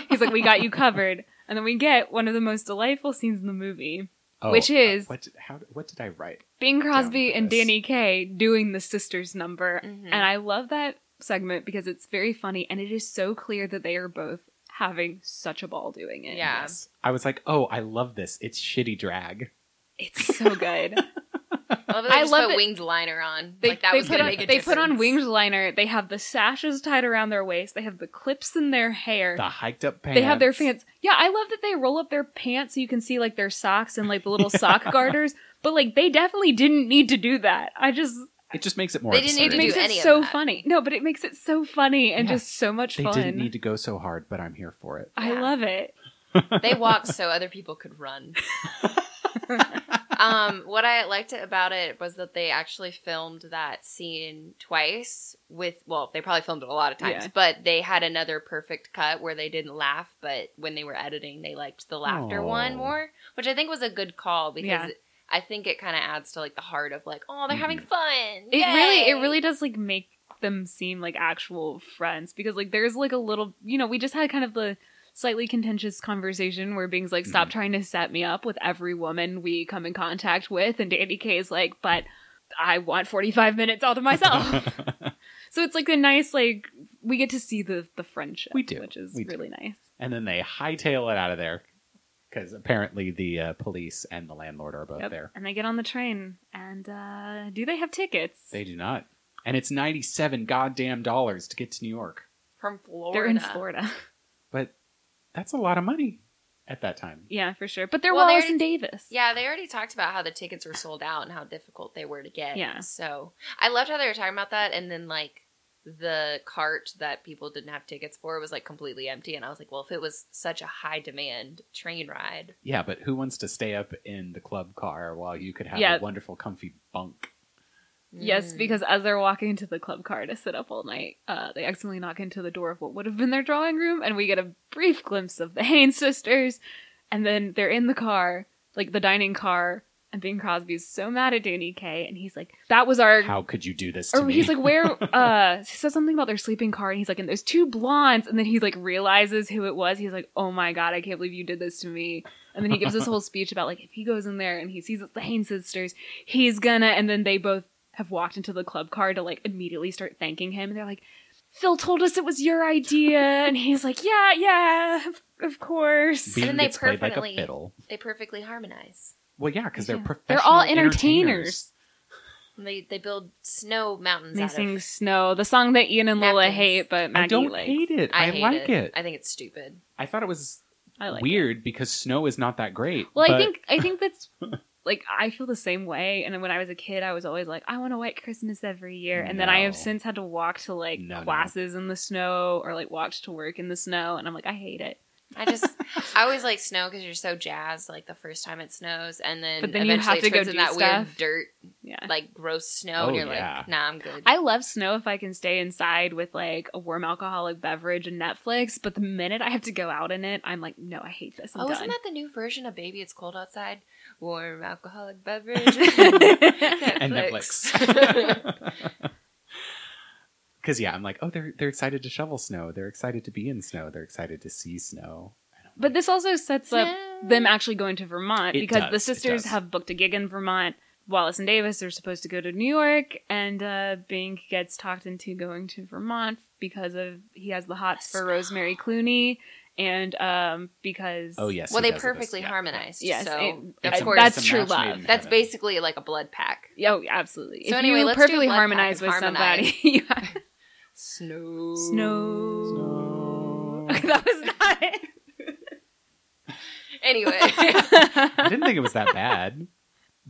Speaker 2: he's like we got you covered and then we get one of the most delightful scenes in the movie
Speaker 1: Oh,
Speaker 2: Which
Speaker 1: uh,
Speaker 2: is-
Speaker 1: what? How? What did I write?
Speaker 2: Bing Crosby
Speaker 1: with
Speaker 2: and
Speaker 1: this.
Speaker 2: Danny Kaye doing the sisters number.
Speaker 3: Mhm.
Speaker 2: And I love that segment because it's very funny and it is so clear that they are both having such a ball doing it.
Speaker 3: Yeah.
Speaker 1: I was like, oh, I love this. It's shitty drag.
Speaker 2: It's so good.
Speaker 3: I love, that
Speaker 2: I
Speaker 3: they just
Speaker 2: love
Speaker 3: put
Speaker 2: it-
Speaker 3: winged liner on.
Speaker 2: They,
Speaker 3: like that
Speaker 2: they
Speaker 3: was
Speaker 2: put
Speaker 3: gonna
Speaker 2: on,
Speaker 3: make a
Speaker 2: they put on
Speaker 3: difference.
Speaker 2: winged liner. They have the sashes tied around their waist. They have the clips in their hair.
Speaker 1: The hiked up pants.
Speaker 2: They have their pants. Yeah, I love that they roll up their pants so you can see like their socks and like the little sock garters. But like they definitely didn't need to do that. I just
Speaker 1: It just makes it more.
Speaker 3: They didn't need
Speaker 2: it
Speaker 3: to
Speaker 1: absurd.
Speaker 2: makes it
Speaker 3: any of
Speaker 2: so
Speaker 3: that.
Speaker 2: funny. No, but it makes it so funny and
Speaker 1: Yeah.
Speaker 2: just so much
Speaker 1: They
Speaker 2: fun.
Speaker 1: didn't need to go so hard, but I'm here for it.
Speaker 2: I
Speaker 3: Yeah.
Speaker 2: love it.
Speaker 3: they walked so other people could run. um, what I liked about it was that they actually filmed that scene twice with well, they probably filmed it a lot of times,
Speaker 2: Yeah.
Speaker 3: but they had another perfect cut where they didn't laugh, but when they were editing, they liked the laughter one
Speaker 1: Oh.
Speaker 3: more, which I think was a good call because
Speaker 2: Yeah. Mm-hmm.
Speaker 3: I think it kind of adds to like the heart of like, oh, they're
Speaker 1: Mhm.
Speaker 3: having fun.
Speaker 2: It really, it
Speaker 3: Yay!"
Speaker 2: really does like make them seem like actual friends because like there's like a little, you know, we just had kind of the slightly contentious conversation where Bing's like, "Stop
Speaker 1: Mm-hmm.
Speaker 2: trying to set me up with every woman we come in contact with," and Danny K is like, "But I want 45 minutes all to myself." so it's like a nice like we get to see the the friendship,
Speaker 1: We do.
Speaker 2: which is
Speaker 1: We do.
Speaker 2: really nice.
Speaker 1: and then they hightail it out of there because apparently the uh, police and the landlord are both
Speaker 2: Yep.
Speaker 1: there.
Speaker 2: And they get on the train, and uh, do they have tickets?
Speaker 1: They do not. And it's 97 goddamn dollars to get to New York.
Speaker 3: from Florida.
Speaker 2: They're in Florida.
Speaker 1: But that's a lot of money at that time.
Speaker 2: Yeah, for sure. But they're
Speaker 3: Well,
Speaker 2: Wallace
Speaker 3: they're-
Speaker 2: and Davis.
Speaker 3: Yeah, they already talked about how the tickets were sold out and how difficult they were to get.
Speaker 2: Yeah.
Speaker 3: So I loved how they were talking about that, and then like the cart that people didn't have tickets for was like completely empty, and I was like, well, if it was such a high demand train ride,
Speaker 1: Yeah, but who wants to stay up in the club car while you could have
Speaker 2: Yeah.
Speaker 1: a wonderful, comfy bunk?
Speaker 2: Yes,
Speaker 3: Mm.
Speaker 2: because as they're walking to the club car to sit up all night, uh, they accidentally knock into the door of what would have been their drawing room, and we get a brief glimpse of the Haynes sisters. And then they're in the car, like the dining car, and Bing Crosby's so mad at Danny Kaye, and he's like, "That was our."
Speaker 1: How could you do this to
Speaker 2: or
Speaker 1: me?
Speaker 2: he's like, where? Uh, he says something about their sleeping car, and he's like, and there's two blondes, and then he like realizes who it was. He's like, oh my god, I can't believe you did this to me. And then he gives this whole speech about like if he goes in there and he sees it's the Haynes sisters, he's gonna. And then they both have walked into the club car to like immediately start thanking him, and they're like, Phil told us it was your idea, and he's like, yeah, yeah, of- of course.
Speaker 1: Bean
Speaker 3: And then they
Speaker 1: gets played like a
Speaker 3: permanently-
Speaker 1: fiddle.
Speaker 3: they perfectly harmonize.
Speaker 1: Well, yeah, because they're
Speaker 2: Yeah.
Speaker 1: professional.
Speaker 2: They're all
Speaker 1: entertainers.
Speaker 2: entertainers.
Speaker 3: And They they build snow mountains.
Speaker 2: They
Speaker 3: out
Speaker 2: sing
Speaker 3: of
Speaker 2: "Snow," the song that Ian and Lola
Speaker 3: Napkins.
Speaker 2: hate, but Maggie
Speaker 1: I don't
Speaker 2: likes.
Speaker 1: hate it. I,
Speaker 3: hate
Speaker 1: like it.
Speaker 3: I think it's stupid.
Speaker 1: I thought it was
Speaker 2: I like it.
Speaker 1: weird because snow is not that great.
Speaker 2: Well,
Speaker 1: but-
Speaker 2: I think I think that's like I feel the same way. And when I was a kid, I was always like, I want a white Christmas every year. And then I have
Speaker 1: No.
Speaker 2: since had to walk to like
Speaker 1: No, no.
Speaker 2: classes in the snow or like walked to work in the snow, and I'm like, I hate it.
Speaker 3: I just I always like snow because you're so jazzed like the first time it snows, and then
Speaker 2: But then you
Speaker 3: eventually
Speaker 2: have to
Speaker 3: it
Speaker 2: go
Speaker 3: turns in
Speaker 2: do
Speaker 3: that
Speaker 2: stuff.
Speaker 3: weird dirt
Speaker 2: Yeah.
Speaker 3: like gross snow,
Speaker 1: Oh,
Speaker 3: and you're
Speaker 1: yeah.
Speaker 3: like, nah, I'm good.
Speaker 2: I love snow if I can stay inside with like a warm alcoholic beverage and Netflix, but the minute I have to go out in it, I'm like, no, I hate this. I'm
Speaker 3: oh,
Speaker 2: done.
Speaker 3: isn't that the new version of Baby It's Cold Outside? Warm alcoholic beverage.
Speaker 1: and Netflix. Because yeah, I'm like, oh, they're they're excited to shovel snow. They're excited to be in snow. They're excited to see snow.
Speaker 2: But this also sets up
Speaker 3: Yeah.
Speaker 2: them actually going to Vermont
Speaker 1: It
Speaker 2: because
Speaker 1: does,
Speaker 2: the
Speaker 1: it
Speaker 2: sisters
Speaker 1: does.
Speaker 2: have booked a gig in Vermont. Wallace and Davis are supposed to go to New York, and uh, Bing gets talked into going to Vermont because of he has the hots for Rosemary Clooney, and um, because
Speaker 1: Oh yes.
Speaker 3: well,
Speaker 1: he does
Speaker 3: they
Speaker 1: it this-
Speaker 3: perfectly
Speaker 1: yeah.
Speaker 3: harmonized.
Speaker 2: Yes,
Speaker 3: so
Speaker 2: it-
Speaker 1: It's a-
Speaker 3: of
Speaker 2: I-
Speaker 3: course,
Speaker 2: that's
Speaker 1: it's a
Speaker 2: true
Speaker 1: match
Speaker 2: love.
Speaker 1: made in
Speaker 3: that's
Speaker 1: heaven.
Speaker 3: basically like a blood pack.
Speaker 2: yeah, oh, absolutely.
Speaker 3: So
Speaker 2: if
Speaker 3: anyway,
Speaker 2: you
Speaker 3: let's do
Speaker 2: perfectly
Speaker 3: Blood Pact and
Speaker 2: harmonize with
Speaker 3: harmonize.
Speaker 2: somebody, you have
Speaker 3: Snow.
Speaker 2: snow. that was not it.
Speaker 3: Anyway,
Speaker 1: I didn't think it was that bad.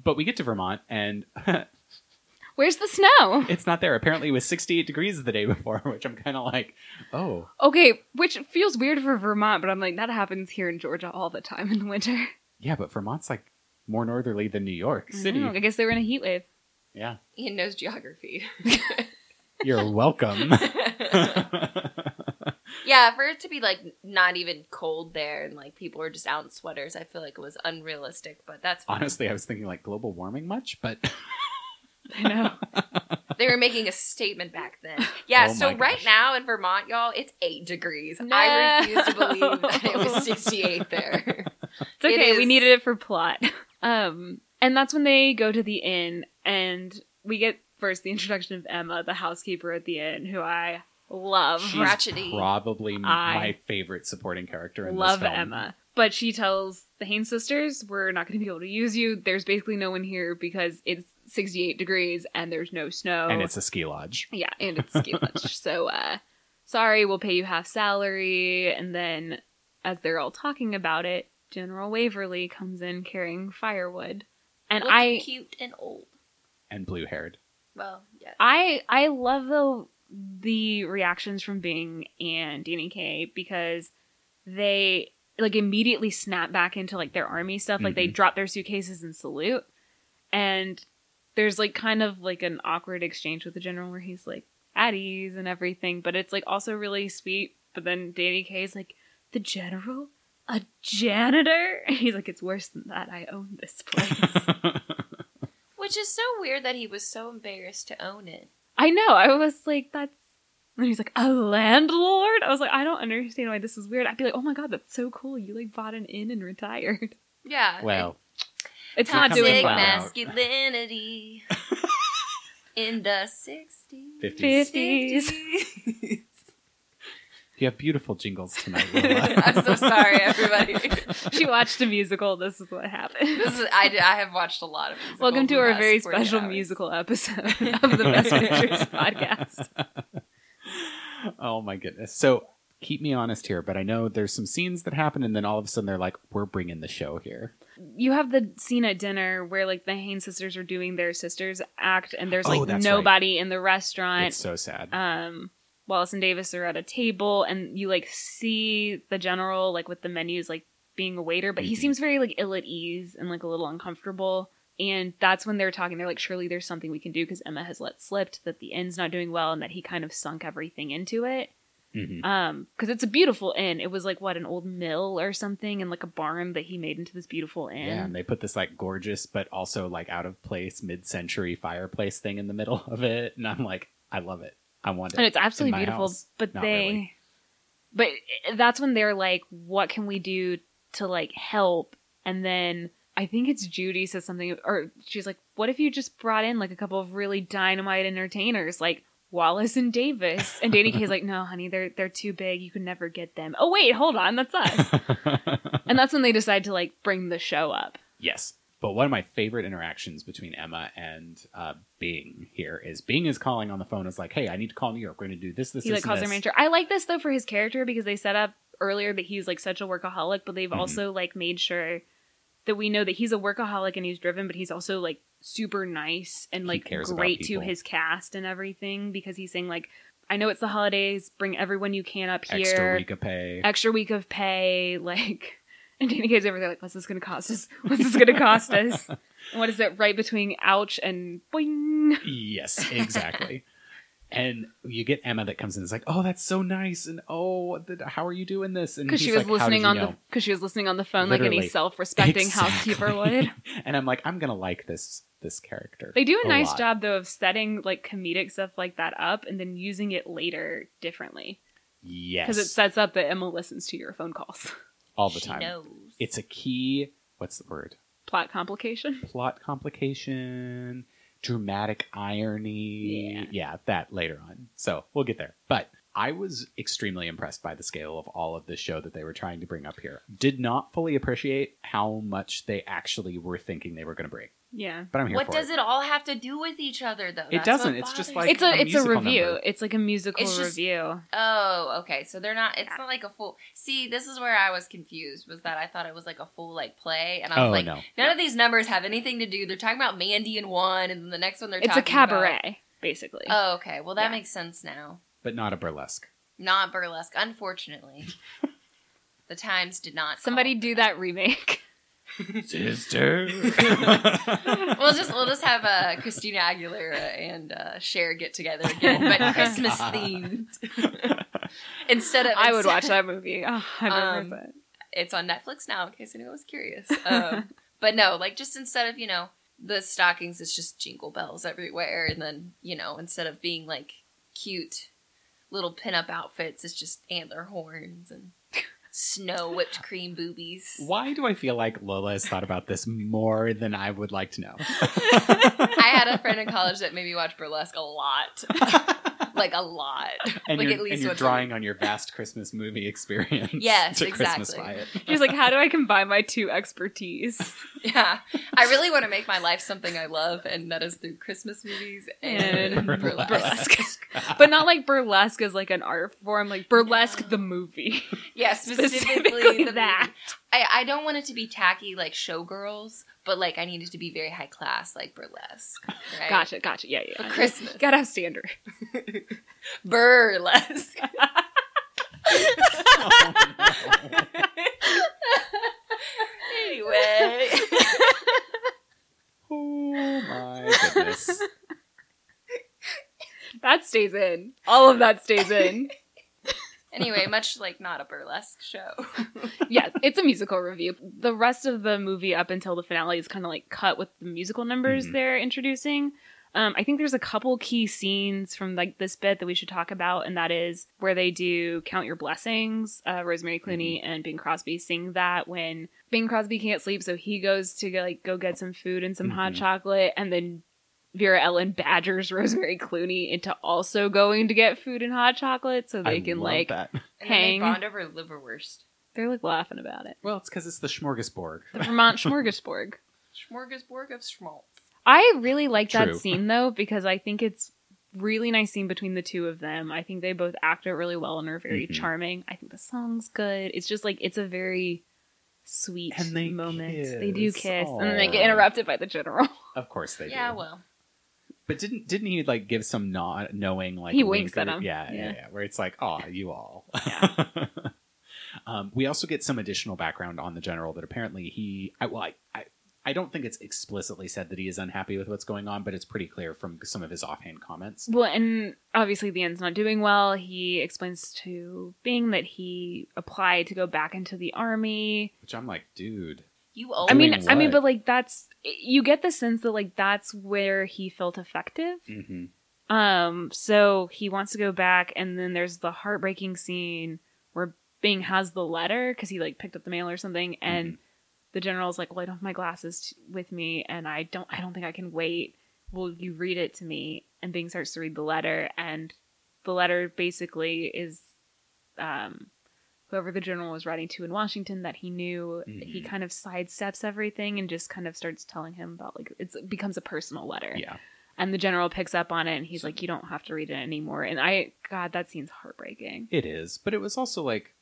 Speaker 1: But we get to Vermont and
Speaker 2: Where's the snow?
Speaker 1: it's not there. Apparently, it was 68 degrees the day before, which I'm kind of like, oh,
Speaker 2: Okay, which feels weird for Vermont, but I'm like that happens here in Georgia all the time in the winter.
Speaker 1: yeah. But Vermont's like more northerly than New York City.
Speaker 2: I guess they were in a heat wave.
Speaker 1: Yeah,
Speaker 3: Ian knows geography.
Speaker 1: you're welcome.
Speaker 3: yeah, for it to be like not even cold there and like people were just out in sweaters, I feel like it was unrealistic. But that's fine.
Speaker 1: Honestly, I was thinking like global warming much, but
Speaker 2: I know.
Speaker 3: They were making a statement back then. Yeah,
Speaker 1: Oh
Speaker 3: so
Speaker 1: my
Speaker 3: right
Speaker 1: gosh.
Speaker 3: now in Vermont, y'all, it's eight degrees.
Speaker 2: No.
Speaker 3: I refuse to believe that it was 68 there.
Speaker 2: It's okay.
Speaker 3: It
Speaker 2: we
Speaker 3: is-
Speaker 2: needed it for plot. Um, and that's when they go to the inn, and we get first the introduction of Emma, the housekeeper at the inn, who I love.
Speaker 1: She's
Speaker 3: Ratchety.
Speaker 1: probably m-
Speaker 2: I
Speaker 1: my favorite supporting character in
Speaker 2: love
Speaker 1: this film.
Speaker 2: Emma. But she tells the Haynes sisters, "We're not going to be able to use you. There's basically no one here because it's 68 degrees and there's no snow,
Speaker 1: and it's a ski lodge.
Speaker 2: yeah, and it's ski lunch. So, uh, sorry, we'll pay you half salary." And then, as they're all talking about it, General Waverly comes in carrying firewood, and
Speaker 3: Look
Speaker 2: I
Speaker 3: cute and old.
Speaker 1: And blue haired.
Speaker 3: Well, yes.
Speaker 2: I I love though the reactions from Bing and Danny K because they like immediately snap back into like their army stuff. Like they
Speaker 1: Mhm.
Speaker 2: drop their suitcases and salute, and there's like kind of like an awkward exchange with the general where he's like at ease and everything, but it's like also really sweet. But then Danny K is like the general. A janitor? And he's like, it's worse than that. I own this place.
Speaker 3: Which is so weird that he was so embarrassed to own it.
Speaker 2: I know. I was like, that's. And he's like, a landlord? I was like, I don't understand why this is weird. I'd be like, oh my god, that's so cool. You like bought an inn and retired.
Speaker 3: Yeah.
Speaker 1: well,
Speaker 2: It's
Speaker 1: We're
Speaker 2: not doing
Speaker 1: coming fine.
Speaker 3: Toxic
Speaker 2: well.
Speaker 3: masculinity in the 60s.
Speaker 1: 50s.
Speaker 2: 50s.
Speaker 1: You have beautiful jingles tonight. Lola.
Speaker 3: I'm so sorry, everybody.
Speaker 2: She watched a musical. This is what happened.
Speaker 3: This is, I, I have watched a lot of musicals
Speaker 2: Welcome
Speaker 3: in
Speaker 2: to
Speaker 3: the
Speaker 2: our
Speaker 3: last
Speaker 2: very
Speaker 3: 48
Speaker 2: special
Speaker 3: hours.
Speaker 2: musical episode of the Best Pictures podcast.
Speaker 1: oh my goodness. So keep me honest here, but I know there's some scenes that happen, and then all of a sudden they're like, "We're bringing the show here."
Speaker 2: You have the scene at dinner where like the Haynes sisters are doing their sisters act, and there's
Speaker 1: Oh,
Speaker 2: like
Speaker 1: that's right.
Speaker 2: nobody in the restaurant.
Speaker 1: It's so sad.
Speaker 2: um Wallace and Davis are at a table and you like see the general like with the menus like being a waiter, but he
Speaker 1: Mhm.
Speaker 2: seems very like ill at ease and like a little uncomfortable. And that's when they're talking. They're like, surely there's something we can do because Emma has let slipped that the inn's not doing well and that he kind of sunk everything into it.
Speaker 1: Mhm.
Speaker 2: Um, because it's a beautiful inn. It was like what an old mill or something and like a barn that he made into this beautiful inn.
Speaker 1: Yeah, and they put this like gorgeous but also like out of place mid-century fireplace thing in the middle of it, and I'm like, I love it. I want it.
Speaker 2: and it's absolutely
Speaker 1: my
Speaker 2: beautiful
Speaker 1: house.
Speaker 2: but
Speaker 1: Not
Speaker 2: they
Speaker 1: really.
Speaker 2: but eh, that's when they're like what can we do to like help and then i think it's judy says something or she's like what if you just brought in like a couple of really dynamite entertainers like Wallace and Davis and Danny Kaye's like, no, honey, they're they're too big. You can never get them. Oh wait, hold on, that's us. and that's when they decide to like bring the show up.
Speaker 1: Yes. But one of my favorite interactions between Emma and uh, Bing here is Bing is calling on the phone. Is like, hey, I need to call New York. We're going to do this, this,
Speaker 2: he
Speaker 1: this,
Speaker 2: like calls
Speaker 1: and
Speaker 2: her
Speaker 1: this.
Speaker 2: manager. I like this though for his character because they set up earlier that he's like such a workaholic, but they've
Speaker 1: Mhm.
Speaker 2: also like made sure that we know that he's a workaholic and he's driven, but he's also like super nice and
Speaker 1: He
Speaker 2: like
Speaker 1: cares about
Speaker 2: great to
Speaker 1: people.
Speaker 2: his cast and everything because he's saying like, I know it's the holidays, bring everyone you can up here,
Speaker 1: Extra week of pay.
Speaker 2: extra week of pay, like. And Danny Kaye's over there like, what's this gonna cost us? What's this gonna cost us? And what is it right between ouch and boing?
Speaker 1: Yes, exactly. and you get Emma that comes in. and is like, oh, that's so nice, and oh, th- how are you doing this? And
Speaker 2: because she
Speaker 1: he's
Speaker 2: was
Speaker 1: like, "How did
Speaker 2: listening
Speaker 1: you
Speaker 2: on
Speaker 1: know?"
Speaker 2: the because she was listening on the phone like
Speaker 1: Literally.
Speaker 2: any self-respecting
Speaker 1: Exactly.
Speaker 2: housekeeper would.
Speaker 1: and I'm like, I'm gonna like this this character.
Speaker 2: They do a,
Speaker 1: a
Speaker 2: nice
Speaker 1: lot.
Speaker 2: job though of setting like comedic stuff like that up and then using it later differently
Speaker 1: Yes,
Speaker 2: because it sets up that Emma listens to your phone calls.
Speaker 1: all the
Speaker 3: She
Speaker 1: time.
Speaker 3: knows.
Speaker 1: It's a key. What's the word?
Speaker 2: Plot complication.
Speaker 1: Plot complication, dramatic irony.
Speaker 2: Yeah.
Speaker 1: that later on. So we'll get there. But I was extremely impressed by the scale of all of this show that they were trying to bring up here. Did not fully appreciate how much they actually were thinking they were going to bring.
Speaker 2: Yeah,
Speaker 1: But I'm here
Speaker 3: What
Speaker 1: for
Speaker 3: does
Speaker 1: it.
Speaker 3: it all have to do with each other, though?
Speaker 1: It
Speaker 3: That's what
Speaker 1: doesn't. It's just like-
Speaker 3: bothers me.
Speaker 2: it's a,
Speaker 1: a
Speaker 2: it's a
Speaker 1: musical
Speaker 2: review.
Speaker 1: number.
Speaker 2: It's like a musical
Speaker 3: It's just-
Speaker 2: review.
Speaker 3: Oh, okay. So they're not. It's not like a full. See, this is where I was confused. Was that I thought it was like a full like play, and I was
Speaker 1: Oh
Speaker 3: like,
Speaker 1: no!
Speaker 3: none of these numbers have anything to do. They're talking about Mandy in one, and then the next one they're
Speaker 2: It's a
Speaker 3: talking
Speaker 2: cabaret basically.
Speaker 3: About, oh, okay. Well, that
Speaker 2: Yeah.
Speaker 3: makes sense now.
Speaker 1: But not a burlesque.
Speaker 3: Not burlesque, unfortunately. the times did not. call.
Speaker 2: Somebody do that remake.
Speaker 1: Sister.
Speaker 3: We'll just we'll just have uh, Christina Aguilera and uh, Cher get together again, but Christmas themed. instead of
Speaker 2: I would
Speaker 3: instead-
Speaker 2: watch that movie. Oh, a hundred
Speaker 3: Um,
Speaker 2: percent.
Speaker 3: it's on Netflix now in case anyone was curious. Um, but no, like just instead of, you know, the stockings, it's just jingle bells everywhere. And then, you know, instead of being like cute little pinup outfits, it's just antler horns and snow whipped cream boobies.
Speaker 1: Why do I feel like Lola has thought about this more than I would like to know?
Speaker 3: I had a friend in college that made me watch burlesque a lot. like a lot.
Speaker 1: And
Speaker 3: like
Speaker 1: you're, and you're
Speaker 3: once a
Speaker 1: drawing on your vast Christmas movie experience.
Speaker 3: Yes,
Speaker 1: to Christmas
Speaker 3: exactly.
Speaker 1: it.
Speaker 2: She's like, how do I combine my two expertise?
Speaker 3: Yeah. I really want to make my life something I love, and that is through Christmas movies and
Speaker 2: And
Speaker 3: burlesque.
Speaker 2: burlesque. but not like burlesque is like an art form, like burlesque the movie.
Speaker 3: Yeah, specifically,
Speaker 2: Specifically
Speaker 3: the-
Speaker 2: that.
Speaker 3: I, I don't want it to be tacky like showgirls, but like I need it to be very high class like burlesque. Right?
Speaker 2: Gotcha, gotcha. Yeah, yeah.
Speaker 3: But Christmas.
Speaker 2: Gotta have standard.
Speaker 3: Burlesque.
Speaker 1: Oh, no.
Speaker 3: Anyway.
Speaker 1: Oh my goodness.
Speaker 2: That stays in. All of that stays in.
Speaker 3: anyway, much like not a burlesque show.
Speaker 2: yes, it's a musical review. The rest of the movie up until the finale is kind of like cut with the musical numbers
Speaker 1: Mhm.
Speaker 2: they're introducing. Um, I think there's a couple key scenes from like this bit that we should talk about, and that is where they do "Count Your Blessings." Uh, Rosemary
Speaker 1: Mm-hmm.
Speaker 2: Clooney and Bing Crosby sing that when Bing Crosby can't sleep, so he goes to go, like go get some food and some hot
Speaker 1: Mhm.
Speaker 2: chocolate, and then Vera Ellen badgers Rosemary Clooney into also going to get food and hot chocolate, so they
Speaker 1: I
Speaker 2: can
Speaker 1: love
Speaker 2: like
Speaker 1: that.
Speaker 3: And then they
Speaker 2: Hang.
Speaker 3: bond over liverwurst.
Speaker 2: they're like laughing about it.
Speaker 1: Well, it's because it's the smorgasbord.
Speaker 2: The Vermont Smorgasbord.
Speaker 3: Smorgasbord of schmaltz.
Speaker 2: I really like that
Speaker 1: True.
Speaker 2: scene though because I think it's really nice scene between the two of them. I think they both act it really well and are very
Speaker 1: Mhm.
Speaker 2: charming. I think the song's good. It's just like it's a very sweet
Speaker 1: And they
Speaker 2: moment. They do
Speaker 1: kiss.
Speaker 2: kiss and then they get
Speaker 1: Aw.
Speaker 2: interrupted by the general.
Speaker 1: Of course they
Speaker 3: yeah,
Speaker 1: do.
Speaker 3: well.
Speaker 1: But didn't didn't he like give some nod, knowing like
Speaker 2: He
Speaker 1: wink
Speaker 2: winks at
Speaker 1: or-
Speaker 2: him.
Speaker 1: Yeah, yeah,
Speaker 2: Yeah.
Speaker 1: yeah, Where it's like, oh, you all.
Speaker 2: Yeah.
Speaker 1: um, we also get some additional background on the general that apparently he. I, well, I, I I don't think it's explicitly said that he is unhappy with what's going on, but it's pretty clear from some of his offhand comments.
Speaker 2: Well, and obviously the end's not doing well. He explains to Bing that he applied to go back into the army.
Speaker 1: Which I'm like, dude.
Speaker 3: You
Speaker 2: I mean,
Speaker 1: Doing
Speaker 2: I mean,
Speaker 1: what?
Speaker 2: but like that's you get the sense that like that's where he felt effective.
Speaker 1: Mm-hmm.
Speaker 2: Um, so he wants to go back, and then there's the heartbreaking scene where Bing has the letter because he like picked up the mail or something, and the general's like, "Well, I don't have my glasses t- with me, and I don't, I don't think I can wait. Will you read it to me?" And Bing starts to read the letter, and the letter basically is, um, whoever the general was writing to in Washington that he knew. He
Speaker 1: Mhm.
Speaker 2: kind of sidesteps everything and just kind of starts telling him about like it's, it becomes a personal letter.
Speaker 1: yeah.
Speaker 2: And the general picks up on it and he's like, You don't have to read it anymore. And I, God, that seems heartbreaking.
Speaker 1: It is, but it was also like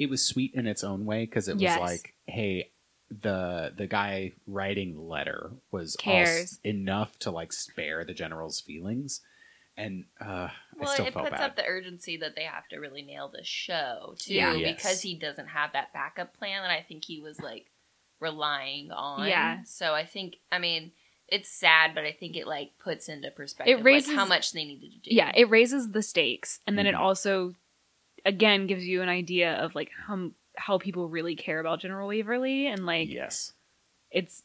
Speaker 1: it was sweet in its own way because it
Speaker 2: Yes.
Speaker 1: was like, hey, the the guy writing the letter was als-
Speaker 2: Cares.
Speaker 1: enough to like spare the general's feelings, and uh,
Speaker 3: Well,
Speaker 1: I still
Speaker 3: it
Speaker 1: felt
Speaker 3: puts
Speaker 1: bad.
Speaker 3: up the urgency that they have to really nail this show too,
Speaker 2: Yeah.
Speaker 1: Yes.
Speaker 3: because he doesn't have that backup plan that I think he was like relying on.
Speaker 2: Yeah.
Speaker 3: So I think I mean it's sad, but I think it like puts into perspective
Speaker 2: It
Speaker 3: like,
Speaker 2: raises-
Speaker 3: how much they needed to do.
Speaker 2: Yeah, it raises the stakes. And then it
Speaker 1: Mhm.
Speaker 2: also, again, gives you an idea of like how, how people really care about General Waverly. And like,
Speaker 1: yes,
Speaker 2: it's,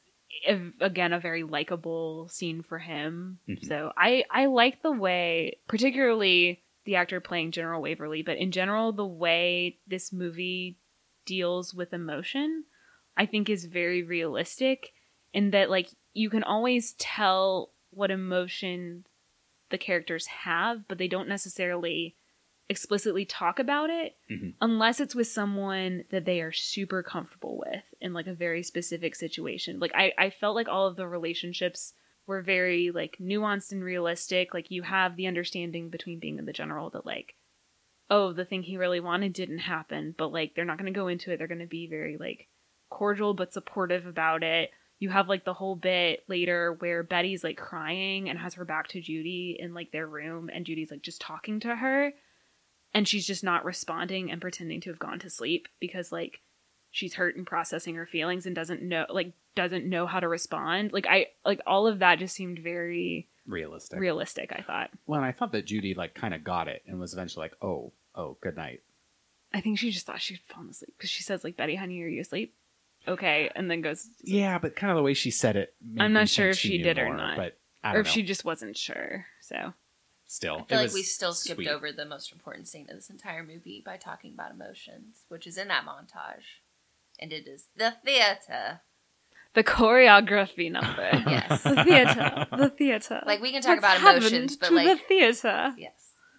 Speaker 2: a- again, a very likable scene for him.
Speaker 1: Mhm.
Speaker 2: So I, I like the way, particularly the actor playing General Waverly, but in general, the way this movie deals with emotion. I think is very realistic in that like you can always tell what emotion the characters have, but they don't necessarily explicitly talk about it
Speaker 1: Mhm.
Speaker 2: unless it's with someone that they are super comfortable with in like a very specific situation. Like I, I felt like all of the relationships were very like nuanced and realistic. Like you have the understanding between being and the general that like oh the thing he really wanted didn't happen, but like they're not gonna go into it. They're gonna be very like cordial but supportive about it. You have like the whole bit later where Betty's like crying and has her back to Judy in like their room, and Judy's like just talking to her, and she's just not responding and pretending to have gone to sleep because like she's hurt and processing her feelings and doesn't know like doesn't know how to respond. Like I like all of that just seemed very
Speaker 1: realistic.
Speaker 2: realistic. I thought.
Speaker 1: well, and I thought that Judy like kind of got it and was eventually like, oh, oh, good night.
Speaker 2: I think she just thought she'd fallen asleep because she says like Betty, honey, are you asleep? Okay, and then goes
Speaker 1: Yeah, but kind of the way she said it. made
Speaker 2: I'm
Speaker 1: me
Speaker 2: not
Speaker 1: think
Speaker 2: sure if she
Speaker 1: knew
Speaker 2: did or
Speaker 1: more,
Speaker 2: not.
Speaker 1: but I
Speaker 2: or
Speaker 1: don't
Speaker 2: if
Speaker 1: know.
Speaker 2: she just wasn't sure. So
Speaker 1: still.
Speaker 3: I feel
Speaker 1: it
Speaker 3: like
Speaker 1: was
Speaker 3: we still skipped
Speaker 1: sweet.
Speaker 3: over the most important scene of this entire movie by talking about emotions, which is in that montage. And it is the theater.
Speaker 2: The choreography number.
Speaker 3: Yes.
Speaker 2: The theater. The theater.
Speaker 3: Like, we can talk about
Speaker 2: What's happened
Speaker 3: emotions, but,
Speaker 2: to
Speaker 3: like-
Speaker 2: the theater.
Speaker 3: Yes.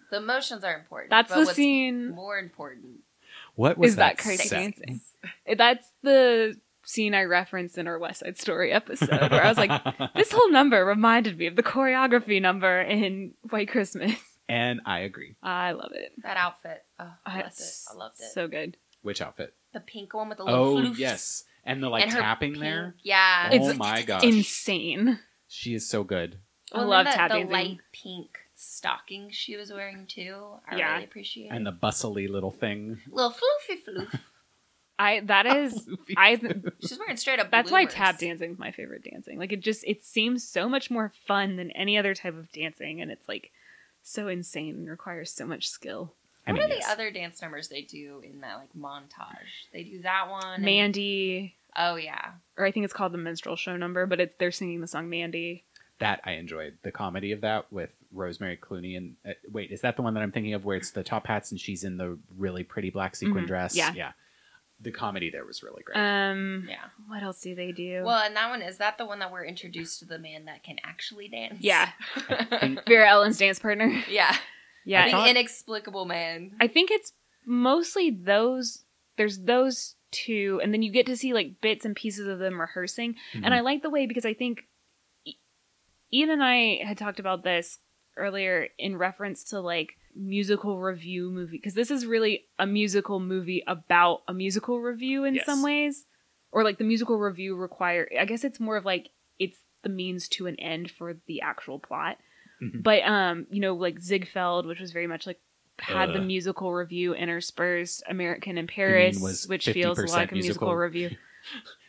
Speaker 3: The emotions are important.
Speaker 2: That's
Speaker 3: but
Speaker 2: the
Speaker 3: what's
Speaker 2: scene.
Speaker 3: More important.
Speaker 1: What was
Speaker 2: Is
Speaker 1: that,
Speaker 2: that crazy
Speaker 1: sex?
Speaker 2: dancing? That's the scene I referenced in our West Side Story episode, where I was like, this whole number reminded me of the choreography number in White Christmas.
Speaker 1: and I agree.
Speaker 2: I love it.
Speaker 3: That outfit. Oh, I
Speaker 2: I-
Speaker 3: loved it. I loved it.
Speaker 2: So good.
Speaker 1: Which outfit?
Speaker 3: the pink one with the little
Speaker 1: Oh
Speaker 3: floofs.
Speaker 1: yes, and the like
Speaker 3: And her
Speaker 1: tapping
Speaker 3: pink-
Speaker 1: there.
Speaker 3: Yeah.
Speaker 1: oh
Speaker 2: It's-
Speaker 1: my gosh,
Speaker 2: Insane.
Speaker 1: she is so good.
Speaker 2: I
Speaker 3: and
Speaker 2: love
Speaker 3: then
Speaker 2: tap
Speaker 3: the, the
Speaker 2: dancing.
Speaker 3: light pink stocking she was wearing too. I
Speaker 2: Yeah.
Speaker 3: really appreciate.
Speaker 1: And the bustly little thing.
Speaker 3: little floofy floof.
Speaker 2: I that is I
Speaker 3: She's wearing straight up.
Speaker 2: that's why
Speaker 3: bloomers.
Speaker 2: tap dancing is my favorite dancing. Like it just it seems so much more fun than any other type of dancing and it's like so insane and requires so much skill.
Speaker 1: I
Speaker 3: What
Speaker 1: mean,
Speaker 3: are the
Speaker 1: yes.
Speaker 3: other dance numbers they do in that like montage? They do that one. and-
Speaker 2: Mandy
Speaker 3: Oh yeah.
Speaker 2: or I think it's called the minstrel show number, but it's they're singing the song Mandy.
Speaker 1: that I enjoyed the comedy of that with Rosemary Clooney and uh, wait, is that the one that I'm thinking of where it's the top hats and she's in the really pretty black sequin
Speaker 2: Mhm,
Speaker 1: dress?
Speaker 2: yeah.
Speaker 1: The comedy there was really great.
Speaker 2: Um
Speaker 3: Yeah.
Speaker 2: what else do they do?
Speaker 3: Well, and that one is that the one that we're introduced to the man that can actually dance.
Speaker 2: yeah.
Speaker 1: think-
Speaker 2: Vera Ellen's dance partner.
Speaker 3: yeah.
Speaker 2: Yeah.
Speaker 1: I
Speaker 3: the
Speaker 1: thought-
Speaker 3: inexplicable man.
Speaker 2: I think it's mostly those. There's those two, and then you get to see like bits and pieces of them rehearsing.
Speaker 1: Mm-hmm.
Speaker 2: And I like the way because I think I- Ian and I had talked about this earlier in reference to like musical review movie because this is really a musical movie about a musical review in
Speaker 1: Yes.
Speaker 2: some ways, or like the musical review require. I guess it's more of like it's the means to an end for the actual plot.
Speaker 1: Mhm.
Speaker 2: But um, you know, like Ziegfeld, which was very much like had the
Speaker 1: Ugh.
Speaker 2: musical review interspersed American in Paris,
Speaker 1: was
Speaker 2: which feels
Speaker 1: 50%
Speaker 2: like a musical
Speaker 1: musical?
Speaker 2: review.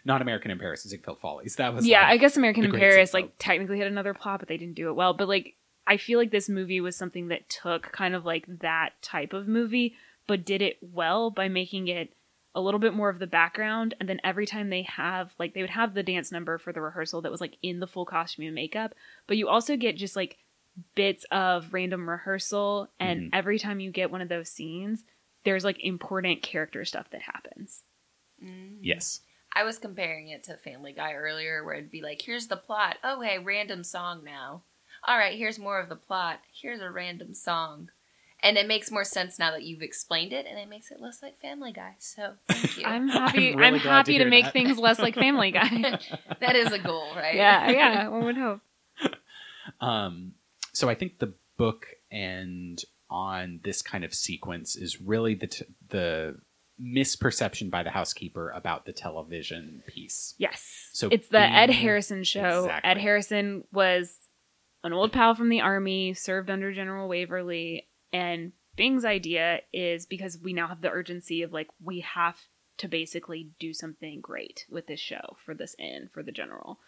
Speaker 1: not American in Paris, Ziegfeld Follies. That was
Speaker 2: Yeah,
Speaker 1: like-
Speaker 2: I guess American
Speaker 1: the
Speaker 2: in
Speaker 1: Great
Speaker 2: Paris
Speaker 1: Ziegfeld.
Speaker 2: like technically had another plot, but they didn't do it well. But like I feel like this movie was something that took kind of like that type of movie, but did it well by making it a little bit more of the background and then every time they have like they would have the dance number for the rehearsal that was like in the full costume and makeup, but you also get just like bits of random rehearsal and
Speaker 1: Mhm.
Speaker 2: every time you get one of those scenes, there's like important character stuff that happens.
Speaker 3: Mm.
Speaker 1: yes,
Speaker 3: I was comparing it to Family Guy earlier, where it'd be like, here's the plot. Oh, hey, random song now. All right, here's more of the plot. Here's a random song. And it makes more sense now that you've explained it, and it makes it less like Family Guy. So thank you.
Speaker 2: I'm happy
Speaker 1: I'm
Speaker 2: I'm,
Speaker 1: really glad to
Speaker 2: happy to,
Speaker 1: hear
Speaker 2: make
Speaker 1: that.
Speaker 2: things less like Family Guy.
Speaker 3: that is a goal, right?
Speaker 2: yeah, yeah, one would hope.
Speaker 1: Um, so I think the book and on this kind of sequence is really the t- the misperception by the housekeeper about the television piece.
Speaker 2: Yes.
Speaker 1: So
Speaker 2: it's the Ed
Speaker 1: being-
Speaker 2: Harrison show.
Speaker 1: Exactly.
Speaker 2: Ed Harrison was an old pal from the army, served under General Waverly, and Bing's idea is because we now have the urgency of like we have to basically do something great with this show for this end for the general.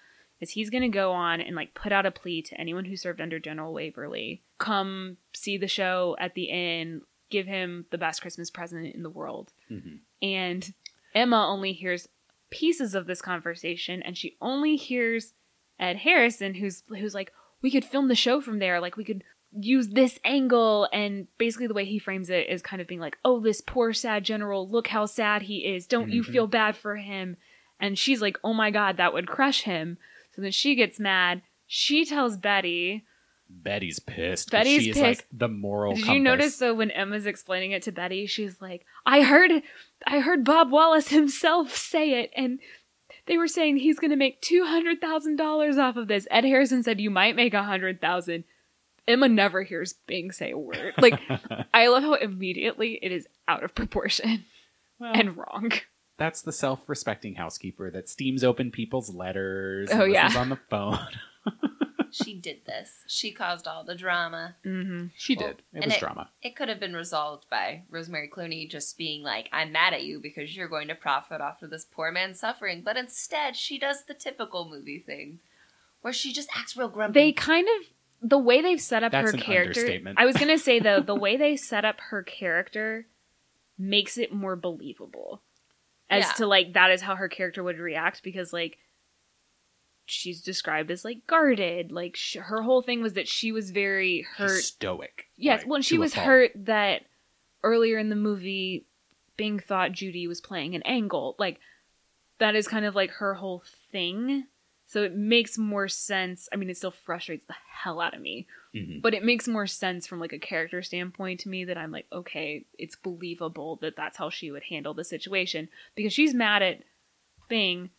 Speaker 2: Is he's going to go on and like put out a plea to anyone who served under General Waverly, come see the show at the inn, give him the best Christmas present in the world.
Speaker 1: Mhm.
Speaker 2: and Emma only hears pieces of this conversation and she only hears Ed Harrison who's who's like we could film the show from there like we could use this angle and basically the way he frames it is kind of being like oh this poor sad general look how sad he is don't you
Speaker 1: Mhm.
Speaker 2: feel bad for him and she's like oh my god that would crush him so then she gets mad she tells Betty
Speaker 1: Betty's pissed.
Speaker 2: Betty's
Speaker 1: she is
Speaker 2: pissed.
Speaker 1: like the moral.
Speaker 2: did you
Speaker 1: compass.
Speaker 2: notice though when Emma's explaining it to Betty, she's like, "I heard, I heard Bob Wallace himself say it, and they were saying he's going to make two hundred thousand dollars off of this." Ed Harrison said, "You might make a hundred thousand. Emma never hears Bing say a word. Like, I love how immediately it is out of proportion
Speaker 1: Well,
Speaker 2: and wrong.
Speaker 1: that's the self-respecting housekeeper that steams open people's letters.
Speaker 2: Oh,
Speaker 1: and
Speaker 2: yeah.
Speaker 1: listens on the phone.
Speaker 3: She did this. She caused all the drama.
Speaker 2: Mm-hmm.
Speaker 1: she
Speaker 3: Well,
Speaker 1: did. It
Speaker 3: and
Speaker 1: was
Speaker 3: it-
Speaker 1: drama.
Speaker 3: It could have been resolved by Rosemary Clooney just being like, I'm mad at you because you're going to profit off of this poor man's suffering. But instead, she does the typical movie thing where she just acts real grumpy.
Speaker 2: They kind of the way they've set up
Speaker 1: That's
Speaker 2: her
Speaker 1: an
Speaker 2: character.
Speaker 1: understatement.
Speaker 2: I was gonna say though, the way they set up her character makes it more believable as
Speaker 3: Yeah.
Speaker 2: to like that is how her character would react because like she's described as like guarded. Like sh- her whole thing was that she was very hurt.
Speaker 1: stoic.
Speaker 2: Yes,
Speaker 1: like,
Speaker 2: well, and she
Speaker 1: to a
Speaker 2: was
Speaker 1: fault.
Speaker 2: hurt that earlier in the movie, Bing thought Judy was playing an angle. Like, that is kind of like her whole thing. So it makes more sense. I mean, it still frustrates the hell out of me,
Speaker 1: Mhm.
Speaker 2: but it makes more sense from like a character standpoint to me that I'm like, okay, it's believable that that's how she would handle the situation because she's mad at Bing.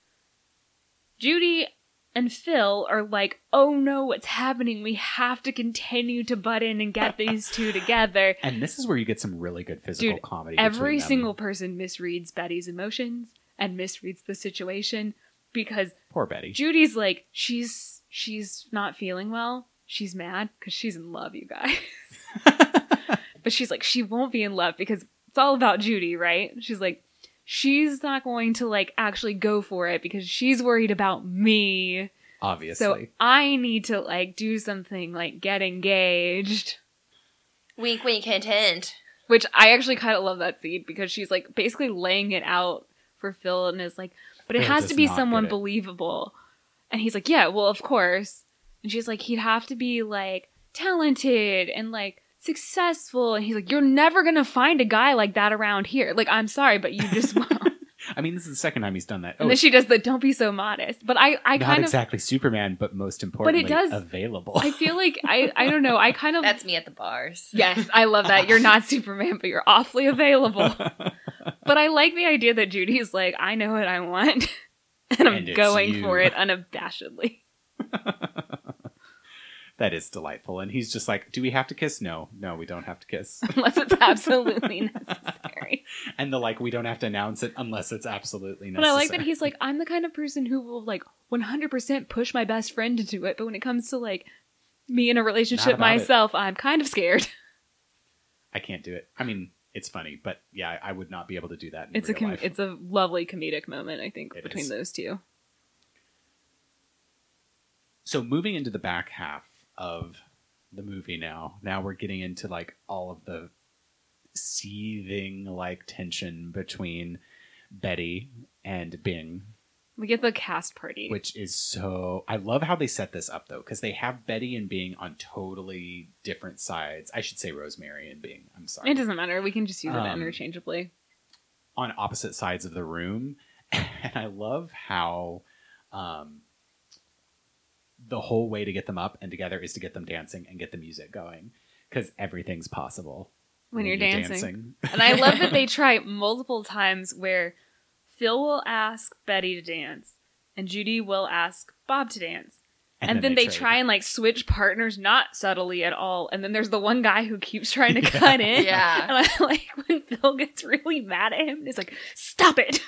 Speaker 2: Judy and Phil are like, oh no, what's happening? We have to continue to butt in and get these two together.
Speaker 1: And this is where you get some really good physical
Speaker 2: Dude,
Speaker 1: comedy.
Speaker 2: Every
Speaker 1: between them.
Speaker 2: single person misreads Betty's emotions and misreads the situation because
Speaker 1: poor Betty.
Speaker 2: Judy's like, she's she's not feeling well. She's mad because she's in love, you guys. but she's like, she won't be in love because it's all about Judy, right? She's like, she's not going to like actually go for it because she's worried about me.
Speaker 1: Obviously,
Speaker 2: So I need to like do something like get engaged.
Speaker 3: Wink, wink, hint, hint.
Speaker 2: Which I actually kind of love that scene because she's like basically laying it out for Phil and is like, but it
Speaker 1: Phil
Speaker 2: has to
Speaker 1: does
Speaker 2: be
Speaker 1: not
Speaker 2: someone
Speaker 1: get it.
Speaker 2: believable. And he's like, yeah, well, of course. And she's like, he'd have to be like talented and like successful. And he's like, you're never going to find a guy like that around here. Like, I'm sorry, but you just won't.
Speaker 1: Oh.
Speaker 2: and
Speaker 1: I mean, this is the second time he's done that. Oh,
Speaker 2: then she does the don't be so modest. But I, I
Speaker 1: not
Speaker 2: kind of,
Speaker 1: exactly Superman, but most importantly,
Speaker 2: does-
Speaker 1: available.
Speaker 2: I feel like, I, I don't know. I kind of,
Speaker 3: That's me at the bars.
Speaker 2: Yes, I love that. You're not Superman, but you're awfully available. but I like the idea that Judy's like, I know what I want, and I'm
Speaker 1: And it's
Speaker 2: going
Speaker 1: you.
Speaker 2: for it unabashedly.
Speaker 1: that is delightful. And he's just like, "Do we have to kiss? No, no, we don't have to kiss."
Speaker 2: Unless it's absolutely necessary.
Speaker 1: and the like, we don't have to announce it unless it's absolutely
Speaker 2: But
Speaker 1: necessary.
Speaker 2: I like that he's like, I'm the kind of person who will like 100% push my best friend to do it, but when it comes to like me in a
Speaker 1: Not
Speaker 2: relationship
Speaker 1: about it.
Speaker 2: myself, I'm kind of scared.
Speaker 1: I can't do it. I mean, it's funny, but yeah, I, I would not be able to do that. In
Speaker 2: It's a
Speaker 1: real
Speaker 2: com-
Speaker 1: life.
Speaker 2: it's a lovely comedic moment, I think,
Speaker 1: It
Speaker 2: between
Speaker 1: is.
Speaker 2: those two.
Speaker 1: so moving into the back half of the movie now now we're getting into like all of the seething like tension between betty and bing
Speaker 2: We get the cast party.
Speaker 1: which is so i love how they set this up though because they have betty and bing on totally different sides i should say rosemary and bing i'm sorry
Speaker 2: it doesn't matter. We can just use it
Speaker 1: Um,
Speaker 2: interchangeably.
Speaker 1: on opposite sides of the room and i love how um, the whole way to get them up and together is to get them dancing and get the music going because everything's possible
Speaker 2: When you're dancing.
Speaker 1: dancing.
Speaker 2: And I love that they try multiple times where Phil will ask Betty to dance and Judy will ask Bob to dance. And, then, they, try and like switch partners not subtly at all. And then there's the one guy who keeps trying to cut in.
Speaker 3: Yeah.
Speaker 2: And I like when Phil gets really mad at him, he's like, Stop it,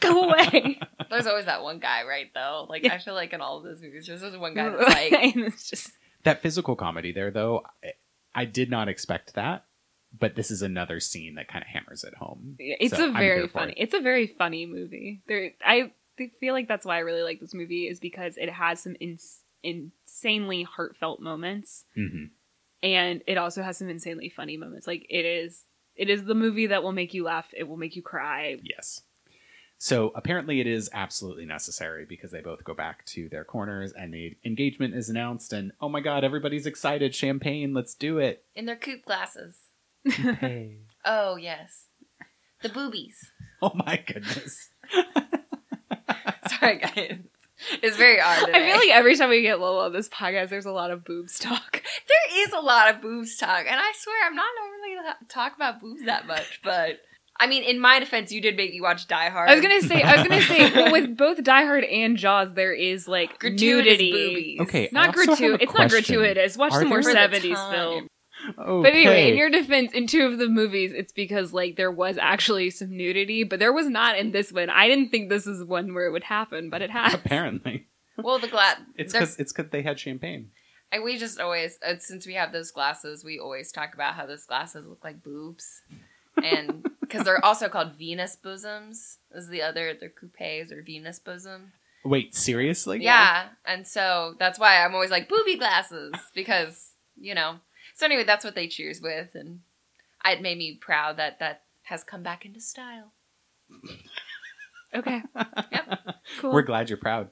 Speaker 2: go away.
Speaker 3: There's always that one guy, right? Though, like I feel like in all of those movies, there's always one guy that's like,
Speaker 2: and it's just
Speaker 1: that physical comedy there though I, I did not expect that but this is another scene that kind of hammers it home
Speaker 2: it's
Speaker 1: So,
Speaker 2: a
Speaker 1: I'm
Speaker 2: very
Speaker 1: here for
Speaker 2: funny
Speaker 1: it.
Speaker 2: it's a very funny movie there i th- feel like that's why i really like this movie is because it has some ins- insanely heartfelt moments
Speaker 1: Mhm.
Speaker 2: and it also has some insanely funny moments like it is it is the movie that will make you laugh it will make you cry
Speaker 1: yes so apparently it is absolutely necessary because they both go back to their corners and the engagement is announced and oh my god everybody's excited champagne let's do it
Speaker 3: in their coupe glasses.
Speaker 1: Hey.
Speaker 3: Oh yes, the boobies.
Speaker 1: oh my goodness
Speaker 3: Sorry, guys. It's very odd.
Speaker 2: i feel like every time we get lola on this podcast there's a lot of boobs talk
Speaker 3: there is a lot of boobs talk, and I swear I'm not normally la- talk about boobs that much, but I mean, in my defense, you did make me watch Die Hard.
Speaker 2: i was gonna say i was gonna say well, with both die hard and jaws there is like
Speaker 3: Gratuitous
Speaker 2: nudity
Speaker 3: boobies.
Speaker 1: Okay. I
Speaker 2: not
Speaker 1: also have a
Speaker 2: gratuitous it's not
Speaker 1: question.
Speaker 2: gratuitous watch
Speaker 1: Are
Speaker 2: some more
Speaker 1: there-
Speaker 3: For the
Speaker 2: 70s
Speaker 3: time.
Speaker 2: films
Speaker 1: okay.
Speaker 2: But anyway, in your defense, in two of the movies, it's because like there was actually some nudity, but there was not in this one. I didn't think this is one where it would happen, but it has.
Speaker 1: apparently
Speaker 3: Well, the glass.
Speaker 1: it's because it's because they had champagne
Speaker 3: And we just always, uh, since we have those glasses, we always talk about how those glasses look like boobs. And because they're also called Venus bosoms, is the other, they're coupes or Venus bosom.
Speaker 1: wait seriously
Speaker 3: Yeah. And so that's why I'm always like booby glasses because, you know. So anyway, that's what they choose with. And it made me proud that that has come back into style.
Speaker 2: Okay. Cool.
Speaker 1: We're glad you're proud.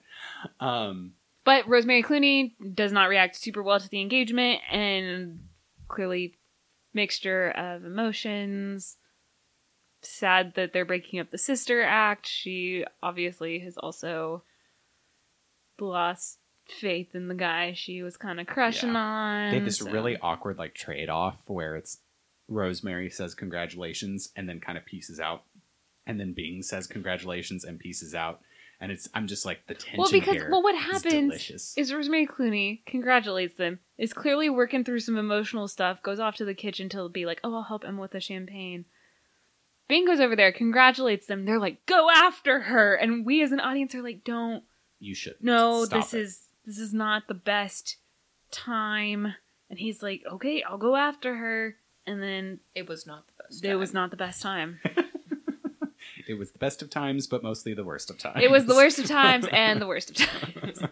Speaker 1: Um,
Speaker 2: But Rosemary Clooney does not react super well to the engagement and clearly mixture of emotions. Sad that they're breaking up the sister act. She obviously has also lost faith in the guy she was kind of crushing
Speaker 1: Yeah.
Speaker 2: on.
Speaker 1: they have this
Speaker 2: so-
Speaker 1: really awkward like trade off where it's Rosemary says congratulations and then kind of pieces out, and then Bing says congratulations and pieces out, and it's I'm just like the tension
Speaker 2: well because
Speaker 1: here
Speaker 2: well what
Speaker 1: is
Speaker 2: happens
Speaker 1: delicious.
Speaker 2: is Rosemary Clooney congratulates them. Is clearly working through some emotional stuff. Goes off to the kitchen to be like, "Oh, I'll help Emma with the champagne." Bing goes over there, congratulates them. They're like, "Go after her!" And we, as an audience, are like, "Don't.
Speaker 1: you should
Speaker 2: No,
Speaker 1: Stop
Speaker 2: this
Speaker 1: it.
Speaker 2: is this is not the best time." And he's like, "Okay, I'll go after her." And then
Speaker 3: It was not the best.
Speaker 2: it
Speaker 3: time.
Speaker 2: was not the best time.
Speaker 1: it was the best of times, but mostly the worst of times.
Speaker 2: It was the worst of times and the worst of times.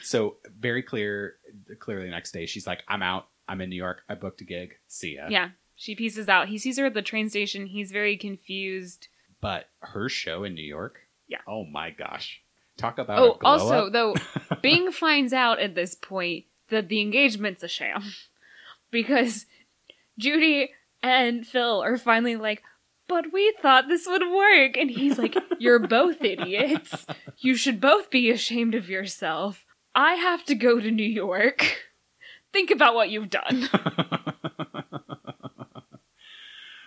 Speaker 1: So very clear, clearly the next day she's like, I'm out. I'm in New York. I booked a gig. See ya.
Speaker 2: Yeah, she pieces out. He sees her at the train station. He's very confused.
Speaker 1: But her show in New York.
Speaker 2: Yeah.
Speaker 1: Oh my gosh. Talk about.
Speaker 2: Oh,
Speaker 1: a glow
Speaker 2: also
Speaker 1: up.
Speaker 2: though, Bing finds out at this point that the engagement's a sham because Judy and Phil are finally like, "But we thought this would work," and he's like, "You're both idiots. You should both be ashamed of yourself. I have to go to New York. Think about what you've done."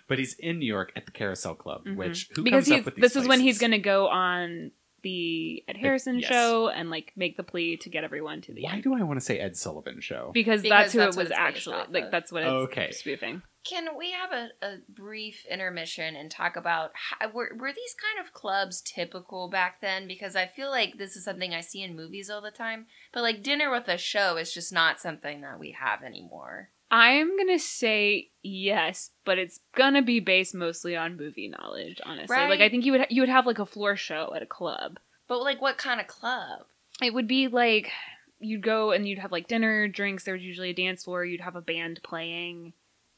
Speaker 1: But he's in New York at the Carousel Club,
Speaker 3: Mm-hmm.
Speaker 2: Mhm.
Speaker 1: which who
Speaker 2: because
Speaker 1: comes
Speaker 2: he's
Speaker 1: up with these
Speaker 2: this is when he's
Speaker 1: places?
Speaker 2: going to go on the Ed Harrison
Speaker 1: yes.
Speaker 2: show and like make the plea to get everyone to the
Speaker 1: Why
Speaker 2: end.
Speaker 1: do I want to say Ed Sullivan show?
Speaker 2: because,
Speaker 3: Because
Speaker 2: that's who
Speaker 3: that's
Speaker 2: it
Speaker 3: what
Speaker 2: was
Speaker 3: it's based
Speaker 2: actually
Speaker 3: off
Speaker 2: like
Speaker 3: of.
Speaker 2: that's what it's
Speaker 1: Okay.
Speaker 2: spoofing
Speaker 3: Can we have a, a brief intermission and talk about how, were, were these kind of clubs typical back then? Because I feel like this is something I see in movies all the time, but like dinner with a show is just not something that we have anymore.
Speaker 2: i'm gonna say yes but it's gonna be based mostly on movie knowledge honestly like
Speaker 3: Right.
Speaker 2: i think you would ha- you would have like a floor show at a club
Speaker 3: But like, what kind of club?
Speaker 2: it would be like you'd go and you'd have like dinner drinks there was usually a dance floor you'd have a band playing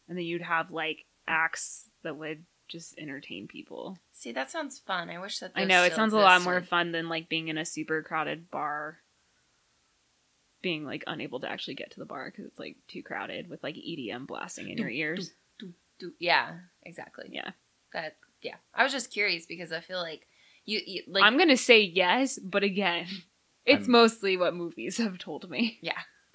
Speaker 2: and then you'd have like acts that would just entertain people
Speaker 3: See, that sounds fun. I wish that
Speaker 2: i
Speaker 3: those
Speaker 2: know it
Speaker 3: still
Speaker 2: sounds a lot more
Speaker 3: existed.
Speaker 2: fun than like being in a super crowded bar being like unable to actually get to the bar because it's like too crowded with like edm blasting in your ears
Speaker 3: Do- Yeah, exactly.
Speaker 2: Yeah.
Speaker 3: that. Yeah, I was just curious because I feel like you, you like
Speaker 2: i'm gonna say yes but again it's
Speaker 1: I'm-
Speaker 2: mostly what movies have told me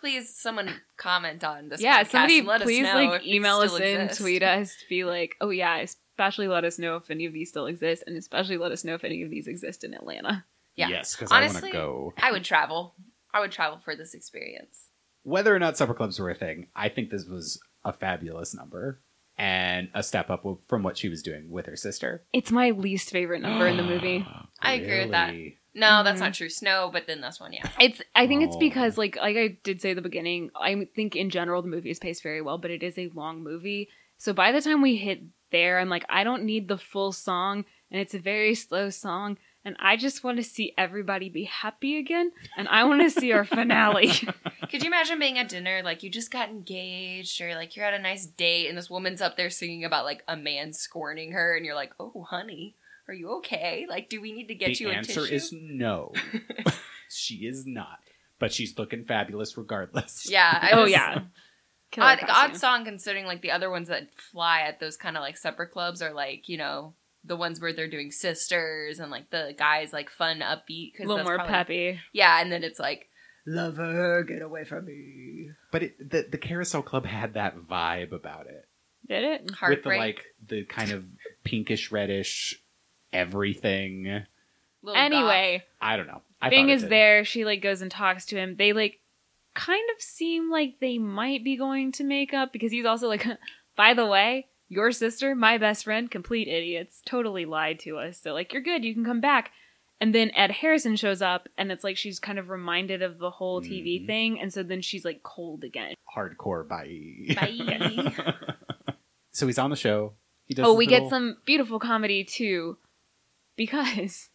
Speaker 3: please someone comment on this.
Speaker 2: yeah
Speaker 3: podcast
Speaker 2: somebody
Speaker 3: and let
Speaker 2: please
Speaker 3: us know if
Speaker 2: like
Speaker 3: these
Speaker 2: email us
Speaker 3: still
Speaker 2: in
Speaker 3: exist.
Speaker 2: tweet us be like oh yeah especially let us know if any of these still exist and especially let us know if any of these exist in atlanta
Speaker 3: Yeah.
Speaker 1: Yes, because I want to
Speaker 3: Honestly-
Speaker 1: go.
Speaker 3: I would travel. I would travel for this experience.
Speaker 1: Whether or not supper clubs were a thing, I think this was a fabulous number and a step up from what she was doing with her sister.
Speaker 2: it's my least favorite number in the movie
Speaker 3: I agree with that.
Speaker 1: Really?
Speaker 3: No, that's
Speaker 2: Mhm.
Speaker 3: not true. Snow, but then this one, yeah.
Speaker 2: It's. I think it's
Speaker 1: Oh.
Speaker 2: because, like, like I did say at the beginning, I think in general the movie is paced very well, but it is a long movie. So by the time we hit there, I'm like, I don't need the full song, and it's a very slow song, and I just want to see everybody be happy again, and I want to see our finale.
Speaker 3: Could you imagine being at dinner, like you just got engaged, or like you're at a nice date, and this woman's up there singing about like a man scorning her, and you're like, "Oh, honey, are you okay? Like, do we need to get
Speaker 1: the
Speaker 3: you a
Speaker 1: answer
Speaker 3: tissue?"
Speaker 1: is no. she is not, but she's looking fabulous regardless.
Speaker 3: yeah. I
Speaker 2: oh
Speaker 3: was-
Speaker 2: yeah, Killer
Speaker 3: Odd,
Speaker 2: costume.
Speaker 3: odd song considering like the other ones that fly at those kind of like supper clubs are like you know the ones where they're doing sisters and like the guys like fun upbeat
Speaker 2: a
Speaker 3: because
Speaker 2: little more peppy.
Speaker 3: Yeah, and then it's like
Speaker 1: Lover, get away from me. But it, the the Carousel Club had that vibe about it.
Speaker 2: Did it?
Speaker 1: with the
Speaker 3: heartbreak.
Speaker 1: like the kind of pinkish reddish everything.
Speaker 3: little goth.
Speaker 2: Anyway,
Speaker 1: I don't know. I
Speaker 2: Bing
Speaker 1: thought it
Speaker 2: is
Speaker 1: did.
Speaker 2: there. She like goes and talks to him. They like kind of seem like they might be going to make up because he's also like, by the way, your sister, my best friend, complete idiots, totally lied to us. So like, you're good. You can come back. And then Ed Harrison shows up, and it's like she's kind of reminded of the whole TV
Speaker 1: Mhm.
Speaker 2: thing, and so then she's like cold again.
Speaker 1: hardcore. Bye.
Speaker 3: Bye.
Speaker 1: So he's on the show. He does.
Speaker 2: oh,
Speaker 1: his
Speaker 2: we
Speaker 1: little-
Speaker 2: get some beautiful comedy too, because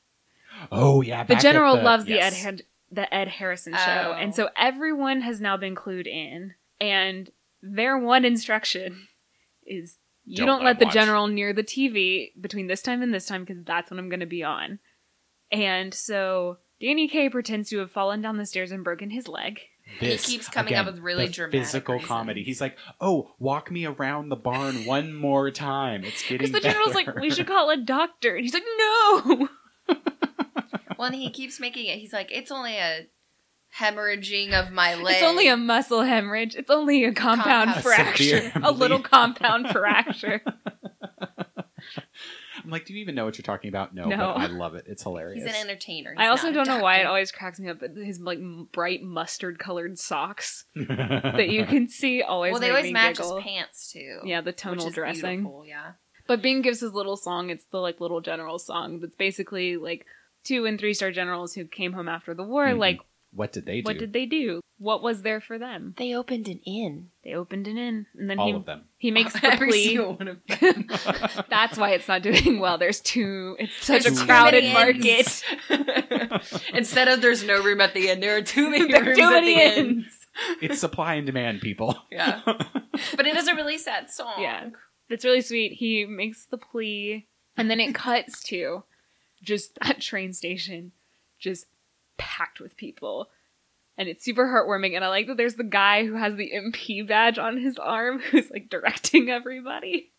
Speaker 1: Oh yeah.
Speaker 2: the
Speaker 1: back at
Speaker 2: general loves
Speaker 1: yes.
Speaker 2: the Ed Har- the Ed Harrison show,
Speaker 3: Oh.
Speaker 2: and so everyone has now been clued in, and their one instruction is you
Speaker 1: Don't
Speaker 2: don't,
Speaker 1: let
Speaker 2: let the
Speaker 1: watch.
Speaker 2: general near the TV between this time and this time because that's when I'm going to be on. And so Danny Kaye pretends to have fallen down the stairs and broken his leg.
Speaker 1: This,
Speaker 3: keeps coming up with really
Speaker 1: the
Speaker 3: dramatic
Speaker 1: physical
Speaker 3: reasons.
Speaker 1: comedy. He's like, "Oh, walk me around the barn one more time. It's getting
Speaker 2: Because the general's like,
Speaker 1: better."
Speaker 2: we should call a doctor. And he's like, no.
Speaker 3: Well, and he keeps making it. He's like, it's only a hemorrhaging of my leg.
Speaker 2: It's only a muscle hemorrhage. It's only a compound,
Speaker 3: Compound.
Speaker 2: fracture.
Speaker 1: Severe
Speaker 2: A little
Speaker 1: bleed.
Speaker 2: compound fracture.
Speaker 1: I'm like, "Do you even know what you're talking about?" No,
Speaker 2: No.
Speaker 1: but I love it. It's hilarious.
Speaker 3: He's an entertainer.
Speaker 2: I
Speaker 3: He's not
Speaker 2: also
Speaker 3: a
Speaker 2: don't know why it
Speaker 3: doctor.
Speaker 2: always cracks me up, but his like m- bright mustard colored socks that you can see always.
Speaker 3: Well, they
Speaker 2: make
Speaker 3: always
Speaker 2: me
Speaker 3: match
Speaker 2: giggle.
Speaker 3: his pants too.
Speaker 2: Yeah, the
Speaker 3: which
Speaker 2: tonal
Speaker 3: is
Speaker 2: dressing.
Speaker 3: beautiful, Yeah.
Speaker 2: But Bing gives his little song. It's the like little general song that's basically like two and three star generals who came home after the war.
Speaker 1: Mhm.
Speaker 2: Like,
Speaker 1: what did they do?
Speaker 2: what did they do? What was there for them?
Speaker 3: They opened an inn.
Speaker 2: They opened an inn, and then
Speaker 1: All
Speaker 2: he
Speaker 1: of them.
Speaker 2: he makes the
Speaker 3: Every
Speaker 2: plea.
Speaker 3: single one of them.
Speaker 2: That's why it's not doing well. There's two. It's such
Speaker 1: There's
Speaker 2: a
Speaker 1: too
Speaker 2: crowded
Speaker 3: many
Speaker 2: market.
Speaker 3: ends. Instead of there's no room at the end, there are too many
Speaker 2: There are
Speaker 3: rooms
Speaker 2: too
Speaker 3: at
Speaker 2: many
Speaker 3: the end.
Speaker 2: ends.
Speaker 1: It's supply and demand, people.
Speaker 3: Yeah. But it doesn't release that song.
Speaker 2: Yeah. That's really sweet. He makes the plea, and then it cuts to just that train station, just packed with people. And it's super heartwarming, and I like that there's the guy who has the MP badge on his arm who's like directing everybody.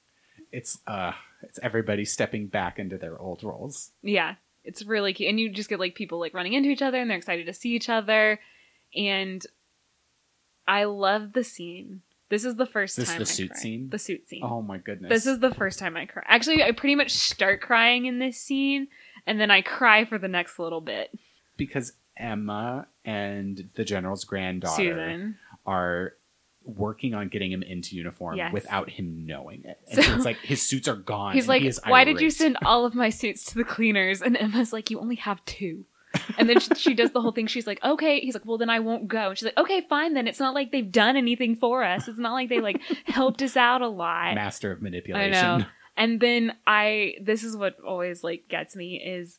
Speaker 1: It's uh, it's everybody stepping back into their old roles.
Speaker 2: Yeah, it's really cute. And you just get like people like running into each other, and they're excited to see each other. And I love the scene. This is the first
Speaker 1: This
Speaker 2: time.
Speaker 1: the
Speaker 2: I
Speaker 1: suit
Speaker 2: cried.
Speaker 1: scene?
Speaker 2: The suit scene.
Speaker 1: Oh my goodness!
Speaker 2: This is the first time I cry. Actually, I pretty much start crying in this scene, and then I cry for the next little bit.
Speaker 1: because Emma and the general's granddaughter
Speaker 2: Susan,
Speaker 1: are working on getting him into uniform
Speaker 2: Yes.
Speaker 1: without him knowing it. And so,
Speaker 2: So-
Speaker 1: it's like his suits are gone.
Speaker 2: he's
Speaker 1: and
Speaker 2: like,
Speaker 1: he is
Speaker 2: "Why did you
Speaker 1: irate."
Speaker 2: send all of my suits to the cleaners?" And Emma's like, "You only have two. And then she, she does the whole thing. She's like, "Okay." He's like, "Well, then I won't go." And she's like, "Okay, fine. Then it's not like they've done anything for us. It's not like they like helped us out a lot."
Speaker 1: master of
Speaker 2: I
Speaker 1: manipulation?
Speaker 2: know. And then I this is what always like gets me is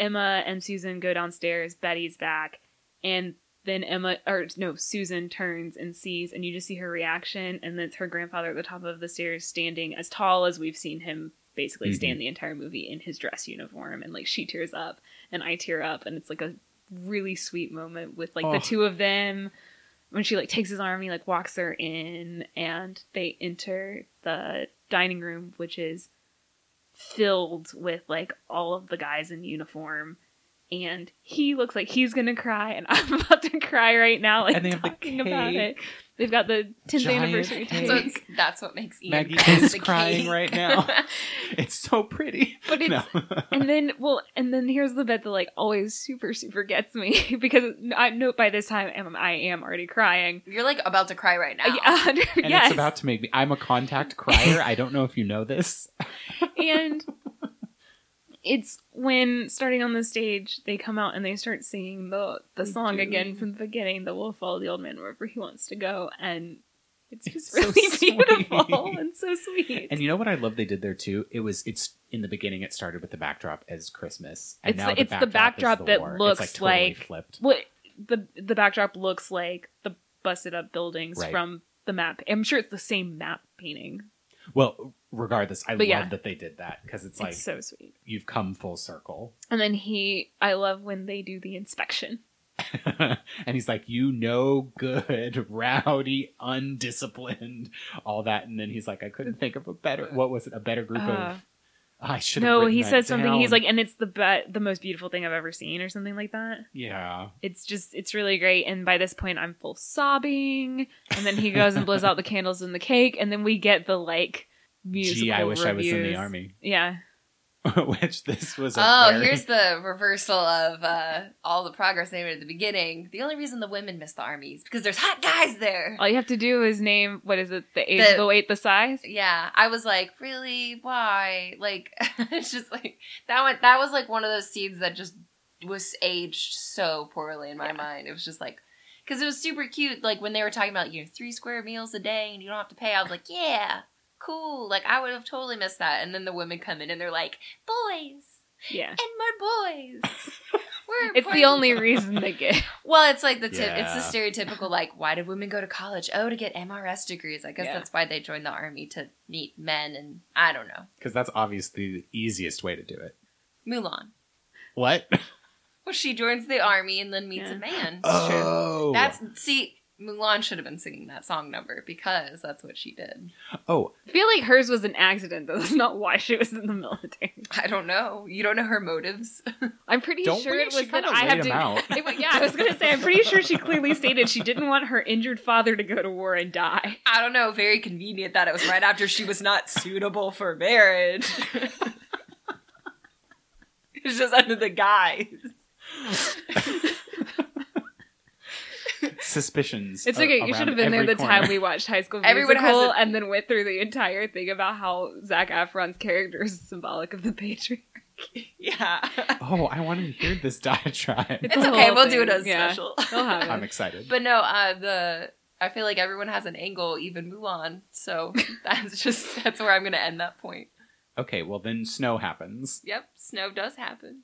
Speaker 2: Emma and Susan go downstairs, Betty's back, and then Emma or no, Susan turns and sees and you just see her reaction and then it's her grandfather at the top of the stairs standing as tall as we've seen him basically stand the entire movie in his dress uniform and like she tears up and I tear up and it's like a really sweet moment with like
Speaker 1: Oh.
Speaker 2: the two of them when she like takes his arm, he like walks her in, and they enter the dining room, which is filled with like all of the guys in uniform. And he looks like he's gonna cry, and I'm about to cry right now, like
Speaker 1: And they have the
Speaker 2: talking about it.
Speaker 1: cake.
Speaker 2: They've got the 10th
Speaker 1: Giant
Speaker 2: anniversary
Speaker 1: cake.
Speaker 3: So
Speaker 2: cake.
Speaker 3: it's, that's what makes Ian
Speaker 1: Maggie
Speaker 3: cry
Speaker 1: is
Speaker 3: the
Speaker 1: crying
Speaker 3: cake.
Speaker 1: right now. It's so pretty.
Speaker 2: But it's
Speaker 1: No.
Speaker 2: and then well, and then here's the bit that like always super super gets me because I note by this time am I am already crying.
Speaker 3: You're like about to cry right now.
Speaker 2: Uh, Yeah,
Speaker 1: And
Speaker 2: yes.
Speaker 1: it's about to make me. I'm a contact crier. I don't know if you know this.
Speaker 2: and it's when starting on the stage they come out and they start singing the the song
Speaker 3: do.
Speaker 2: again from the beginning the will follow the old man wherever he wants to go and it's
Speaker 1: It's
Speaker 2: just
Speaker 1: so
Speaker 2: really beautiful
Speaker 1: sweet.
Speaker 2: and so sweet
Speaker 1: And you know what I love they did there too? It was it's in the beginning. It started with the backdrop as Christmas, and
Speaker 2: It's
Speaker 1: now
Speaker 2: the- it's the
Speaker 1: is
Speaker 2: backdrop
Speaker 1: the
Speaker 2: that
Speaker 1: war.
Speaker 2: looks
Speaker 1: it's like, totally
Speaker 2: like-
Speaker 1: flipped.
Speaker 2: what the the backdrop looks like the busted up buildings
Speaker 1: Right.
Speaker 2: from the map i'm sure it's the same map painting
Speaker 1: Well, regardless, I love
Speaker 2: But yeah.
Speaker 1: that they did that because it's like
Speaker 2: it's so sweet
Speaker 1: you've come full circle.
Speaker 2: and then he i love when they do the inspection
Speaker 1: and he's like, "You no good, rowdy, undisciplined, all that." And then he's like, "I couldn't think of a better. What was it? A better group
Speaker 2: Uh,
Speaker 1: of." I should.
Speaker 2: no he says something he's like and it's the be- the most beautiful thing i've ever seen or something like that
Speaker 1: "Yeah,
Speaker 2: it's just it's really great and by this point i'm full sobbing and then he goes and blows out the candles and the cake and then we get the like musical
Speaker 1: gee, I wish I was in the
Speaker 2: reviews.
Speaker 1: army."
Speaker 2: yeah
Speaker 1: Which this was. A
Speaker 3: Oh,
Speaker 1: very-
Speaker 3: here's the reversal of uh, all the progress they made at the beginning. The only reason the women miss the army is because there's hot guys there.
Speaker 2: all you have to do is name what is it the age
Speaker 3: The-
Speaker 2: the weight the size
Speaker 3: Yeah, I was like, really? Why? Like, it's just like that one. That was like one of those scenes that just was aged so poorly in my
Speaker 2: Yeah.
Speaker 3: mind. It was just like because it was super cute. Like when they were talking about you know three square meals a day and you don't have to pay. I was like, yeah, cool. Like I would have totally missed that. And then the women come in and they're like, boys
Speaker 2: yeah
Speaker 3: and more boys. We're
Speaker 2: it's the
Speaker 3: boys."
Speaker 2: only reason they get
Speaker 3: Well, it's like the tip.
Speaker 1: Yeah.
Speaker 3: It's the stereotypical like, why did women go to college? Oh, to get MRS degrees. I guess
Speaker 2: Yeah.
Speaker 3: that's why they joined the army to meet men, and I don't know.
Speaker 1: because that's obviously the easiest way to do it.
Speaker 3: Mulan.
Speaker 1: What?
Speaker 3: Well, she joins the army and then meets
Speaker 2: Yeah.
Speaker 3: a man.
Speaker 1: Oh,
Speaker 3: That's see, Mulan should have been singing that song number because that's what she did.
Speaker 1: oh,
Speaker 2: I feel like hers was an accident, though. That's not why she was in the military.
Speaker 3: I don't know. You don't know her motives.
Speaker 2: I'm pretty
Speaker 1: Don't
Speaker 2: sure
Speaker 1: we?
Speaker 2: it
Speaker 1: She
Speaker 2: was that
Speaker 1: kinda
Speaker 2: I
Speaker 1: laid
Speaker 2: have
Speaker 1: him
Speaker 2: to.
Speaker 1: out.
Speaker 2: It wa- yeah, I was gonna say. I'm pretty sure she clearly stated she didn't want her injured father to go to war and die.
Speaker 3: I don't know. Very convenient that it was right after she was not suitable for marriage. it's just under the guise.
Speaker 1: suspicions.
Speaker 2: It's
Speaker 1: a-
Speaker 2: okay. You
Speaker 1: around
Speaker 2: should have been there
Speaker 1: every
Speaker 2: the
Speaker 1: corner.
Speaker 2: time we watched High School Musical,
Speaker 3: Everyone has a-
Speaker 2: and then went through the entire thing about how Zach Efron's character is symbolic of the patriarchy.
Speaker 3: Yeah,
Speaker 1: Oh, I want to hear this diatribe.
Speaker 3: it's
Speaker 2: It's a
Speaker 3: okay.
Speaker 2: whole
Speaker 3: We'll do it
Speaker 2: thing,
Speaker 3: as
Speaker 2: yeah.
Speaker 3: special.
Speaker 2: They'll have it.
Speaker 1: I'm excited.
Speaker 3: But no, uh, the I feel like everyone has an angle, even Mulan. So that's just that's where I'm gonna end that point.
Speaker 1: okay, well then snow happens.
Speaker 3: Yep, snow does happen.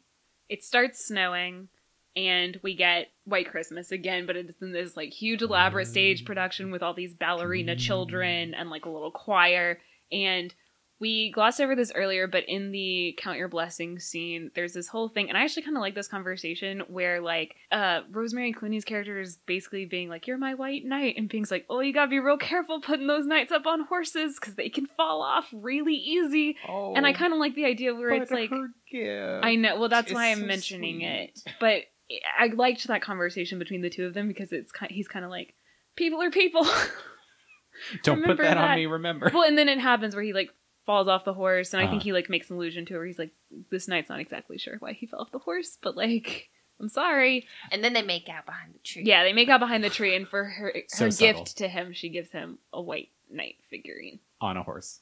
Speaker 2: it starts snowing and we get white christmas again but it's in this like huge elaborate stage production with all these ballerina children and like a little choir and we glossed over this earlier but in the count your blessings scene there's this whole thing and i actually kind of like this conversation where like uh rosemary clooney's character is basically being like you're my white knight and being's like oh you gotta be real careful putting those knights up on horses because they can fall off really easy
Speaker 1: Oh,
Speaker 2: and i kind of like the idea where it's like I know. Well, that's
Speaker 1: It's
Speaker 2: why I'm
Speaker 1: so
Speaker 2: mentioning it.
Speaker 1: sweet.
Speaker 2: But I liked that conversation between the two of them because it's ki- he's kind of like, people are people.
Speaker 1: don't put
Speaker 2: remember
Speaker 1: that,
Speaker 2: that.
Speaker 1: on me. Remember.
Speaker 2: well, and then it happens where he like falls off the horse, and I think
Speaker 1: Uh-huh.
Speaker 2: he like makes an allusion to it where he's like, this knight's not exactly sure why he fell off the horse, but like. I'm sorry.
Speaker 3: And then they make out behind the tree.
Speaker 2: Yeah, they make out behind the tree, and for her her
Speaker 1: So subtle.
Speaker 2: gift to him, she gives him a white knight figurine.
Speaker 1: on a horse.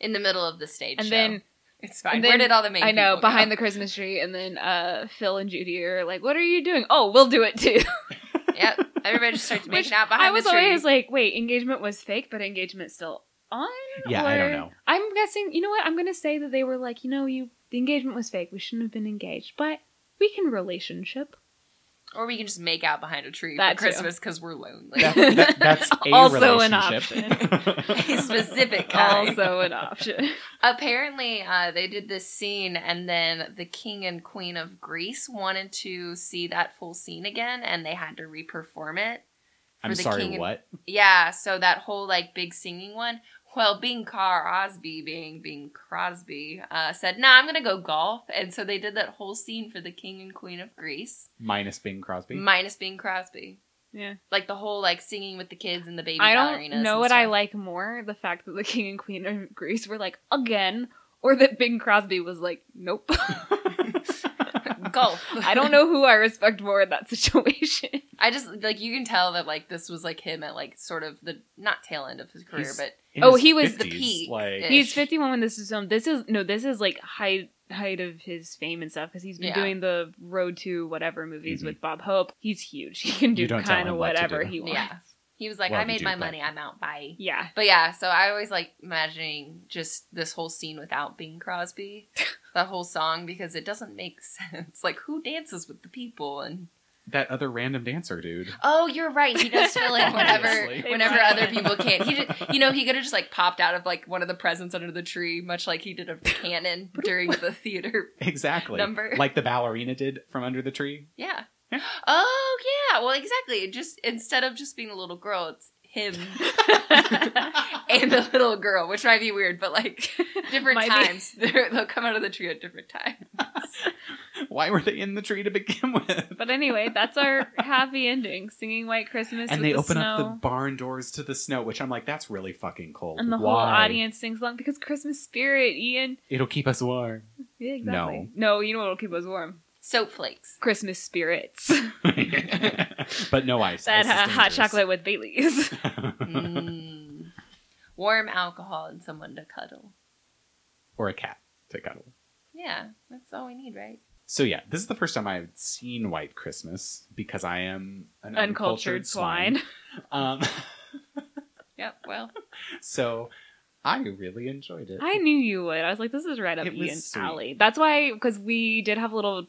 Speaker 3: in the middle of the stage.
Speaker 2: And
Speaker 3: show.
Speaker 2: then
Speaker 3: it's fine.
Speaker 2: and
Speaker 3: Where
Speaker 2: then-
Speaker 3: did all the main?
Speaker 2: I know behind the Christmas tree, and then uh, Phil and Judy are like, "What are you doing? Oh, we'll do it too."
Speaker 3: the. Yep, everybody just starts
Speaker 2: Which
Speaker 3: making out behind
Speaker 2: I was
Speaker 3: the tree.
Speaker 2: always like, wait, engagement was fake, but engagement still on?
Speaker 1: Yeah, I don't
Speaker 2: Or-
Speaker 1: know.
Speaker 2: I'm guessing, you know what? I'm going to say that they were like, you know, you the engagement was fake. We shouldn't have been engaged, but we can relationship.
Speaker 3: or we can just make out behind a tree
Speaker 2: That
Speaker 3: for
Speaker 2: too.
Speaker 3: Christmas because we're lonely.
Speaker 1: That, that, that's a
Speaker 2: Also an
Speaker 1: relationship.
Speaker 3: A specific kind.
Speaker 2: Also an option.
Speaker 3: Apparently, uh, they did this scene, and then the king and queen of Greece wanted to see that full scene again, and they had to reperform it.
Speaker 1: I'm
Speaker 3: For the king
Speaker 1: sorry.
Speaker 3: and-
Speaker 1: What?
Speaker 3: Yeah, so that whole like big singing one. Well, Bing Crosby, being Bing Crosby, uh, said, "Nah, I'm gonna go golf," and so they did that whole scene for the king and queen of Greece,
Speaker 1: Minus Bing Crosby.
Speaker 3: minus Bing Crosby.
Speaker 2: Yeah.
Speaker 3: Like the whole like singing with the kids and the baby.
Speaker 2: I
Speaker 3: ballerinas
Speaker 2: don't know
Speaker 3: and
Speaker 2: what I
Speaker 3: stuff.
Speaker 2: like more the fact that the king and queen of Greece were like, again, or that Bing Crosby was like, nope.
Speaker 3: Golf.
Speaker 2: I don't know who I respect more in that situation.
Speaker 3: I just like you can tell that like this was like him at like sort of the not tail end of his career,
Speaker 1: He's-
Speaker 3: but
Speaker 1: In
Speaker 2: Oh,
Speaker 1: his
Speaker 2: he was the
Speaker 1: 50s,
Speaker 3: peak.
Speaker 1: Like,
Speaker 3: Yeah.
Speaker 2: He's
Speaker 3: ish.
Speaker 2: 51 when this is filmed. This is no, this is like height height of his fame and stuff because he's been
Speaker 3: Yeah.
Speaker 2: doing the Road to whatever movies
Speaker 1: Mhm.
Speaker 2: with Bob Hope. He's huge. He can do
Speaker 1: You don't tell
Speaker 2: kind of
Speaker 1: him what to
Speaker 2: whatever
Speaker 1: do.
Speaker 2: he wants.
Speaker 3: Yeah. he was like,
Speaker 1: Well,
Speaker 3: "I
Speaker 1: you
Speaker 3: made
Speaker 1: do,
Speaker 3: my
Speaker 1: but-
Speaker 3: money. I'm out. Bye."
Speaker 2: Yeah.
Speaker 3: But yeah, so I always like imagining just this whole scene without Bing Crosby, that whole song, because it doesn't make sense. Like, who dances with the people? And
Speaker 1: that other random dancer dude.
Speaker 3: oh, you're right, he does fill in whenever
Speaker 1: Obviously.
Speaker 3: whenever other people can't. He, did, you know, he could have just like popped out of like one of the presents under the tree, much like he did of Cannon during the theater.
Speaker 1: Exactly.
Speaker 3: Number.
Speaker 1: Like the ballerina did from under the tree.
Speaker 3: Yeah.
Speaker 1: Yeah.
Speaker 3: Oh yeah. Well, exactly. It just instead of just being the little girl, it's him and the little girl, which might be weird, but like different
Speaker 2: Might be.
Speaker 3: times They're- they'll come out of the tree at different times.
Speaker 1: Why were they in the tree to begin with?
Speaker 2: But anyway, that's our happy ending. Singing White Christmas
Speaker 1: and
Speaker 2: with
Speaker 1: they
Speaker 2: the
Speaker 1: open
Speaker 2: snow.
Speaker 1: up the barn doors to the snow, which I'm like, that's really fucking cold.
Speaker 2: and the
Speaker 1: Why?
Speaker 2: whole audience sings along because Christmas spirit, Ian.
Speaker 1: It'll keep us warm.
Speaker 2: Yeah, exactly. No, you know what'll keep us warm?
Speaker 3: Soap flakes.
Speaker 2: Christmas spirits.
Speaker 1: but no ice.
Speaker 2: that
Speaker 1: Ice is
Speaker 2: uh, hot
Speaker 1: dangerous.
Speaker 2: chocolate with Bailey's.
Speaker 3: Mm. Warm alcohol and someone to cuddle.
Speaker 1: or a cat to cuddle.
Speaker 3: Yeah, that's all we need, right?
Speaker 1: So yeah, this is the first time I've seen White Christmas because I am an
Speaker 2: Uncultured swine.
Speaker 1: Um,
Speaker 3: Yep. Well,
Speaker 1: so I really enjoyed it.
Speaker 2: I knew you would. I was like, this is right up
Speaker 1: It was
Speaker 2: Ian's
Speaker 1: sweet.
Speaker 2: alley. That's why, because we did have a little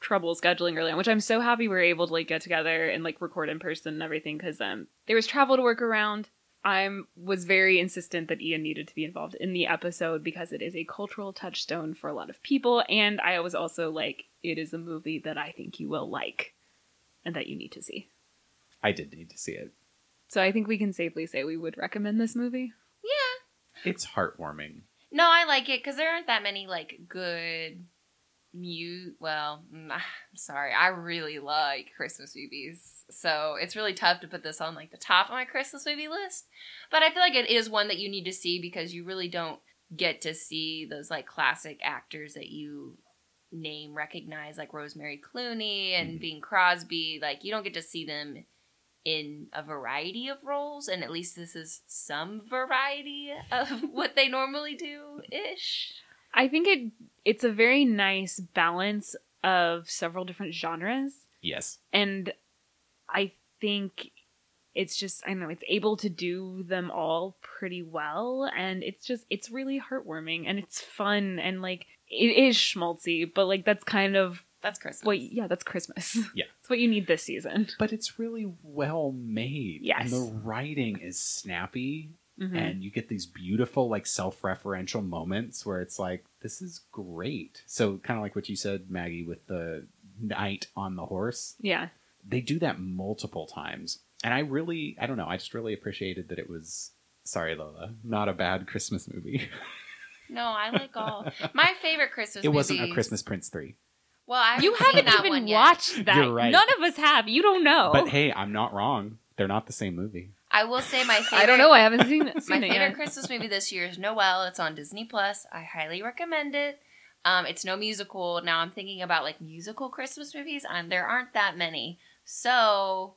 Speaker 2: trouble scheduling early on, which I'm so happy we were able to like get together and like record in person and everything. Because um, there was travel to work around. I was very insistent that Ian needed to be involved in the episode because it is a cultural touchstone for a lot of people, and I was also like, it is a movie that I think you will like and that you need to see.
Speaker 1: I did need to see it.
Speaker 2: So I think we can safely say we would recommend this movie.
Speaker 3: Yeah.
Speaker 1: It's heartwarming.
Speaker 3: No, I like it because there aren't that many like good mute. Well, mm, I'm sorry, I really like Christmas movies, so it's really tough to put this on like the top of my Christmas movie list. But I feel like it is one that you need to see because you really don't get to see those like classic actors that you name recognize, like Rosemary Clooney and
Speaker 1: Mhm.
Speaker 3: Bing Crosby. Like you don't get to see them in a variety of roles, and at least this is some variety of what they normally do ish.
Speaker 2: I think it it's a very nice balance of several different genres
Speaker 1: Yes.
Speaker 2: and I think it's just I don't know it's able to do them all pretty well and it's just it's really heartwarming and it's fun and like it is schmaltzy but like that's kind of
Speaker 3: That's Christmas.
Speaker 2: what yeah that's Christmas
Speaker 1: Yeah.
Speaker 2: it's what you need this season
Speaker 1: But it's really well made. And
Speaker 2: Yes.
Speaker 1: the writing is snappy
Speaker 2: Mhm.
Speaker 3: Mm-hmm.
Speaker 1: and you get these beautiful like self-referential moments where it's like this is great. So kind of like what you said Maggie with the knight on the horse.
Speaker 2: yeah
Speaker 1: They do that multiple times. And I really I don't know, I just really appreciated that it was sorry Lola, not a bad Christmas movie.
Speaker 3: no, I like all my favorite Christmas.
Speaker 1: it wasn't a
Speaker 3: movies-
Speaker 1: Christmas Prince 3.
Speaker 3: Well, I
Speaker 2: you
Speaker 3: seen
Speaker 2: haven't
Speaker 3: that
Speaker 2: even
Speaker 3: one yet.
Speaker 2: watched that
Speaker 1: You're right.
Speaker 2: none of us have you don't know
Speaker 3: Oh.
Speaker 1: But hey, I'm not wrong. They're not the same movie.
Speaker 3: I will say my favorite.
Speaker 2: I don't know I haven't seen, it-
Speaker 3: My
Speaker 2: seen it
Speaker 3: favorite
Speaker 2: yet
Speaker 3: Christmas movie this year is Noel. It's on Disney Plus. I highly recommend it. Um, it's no musical. Now I'm thinking about like musical Christmas movies, and there aren't that many. So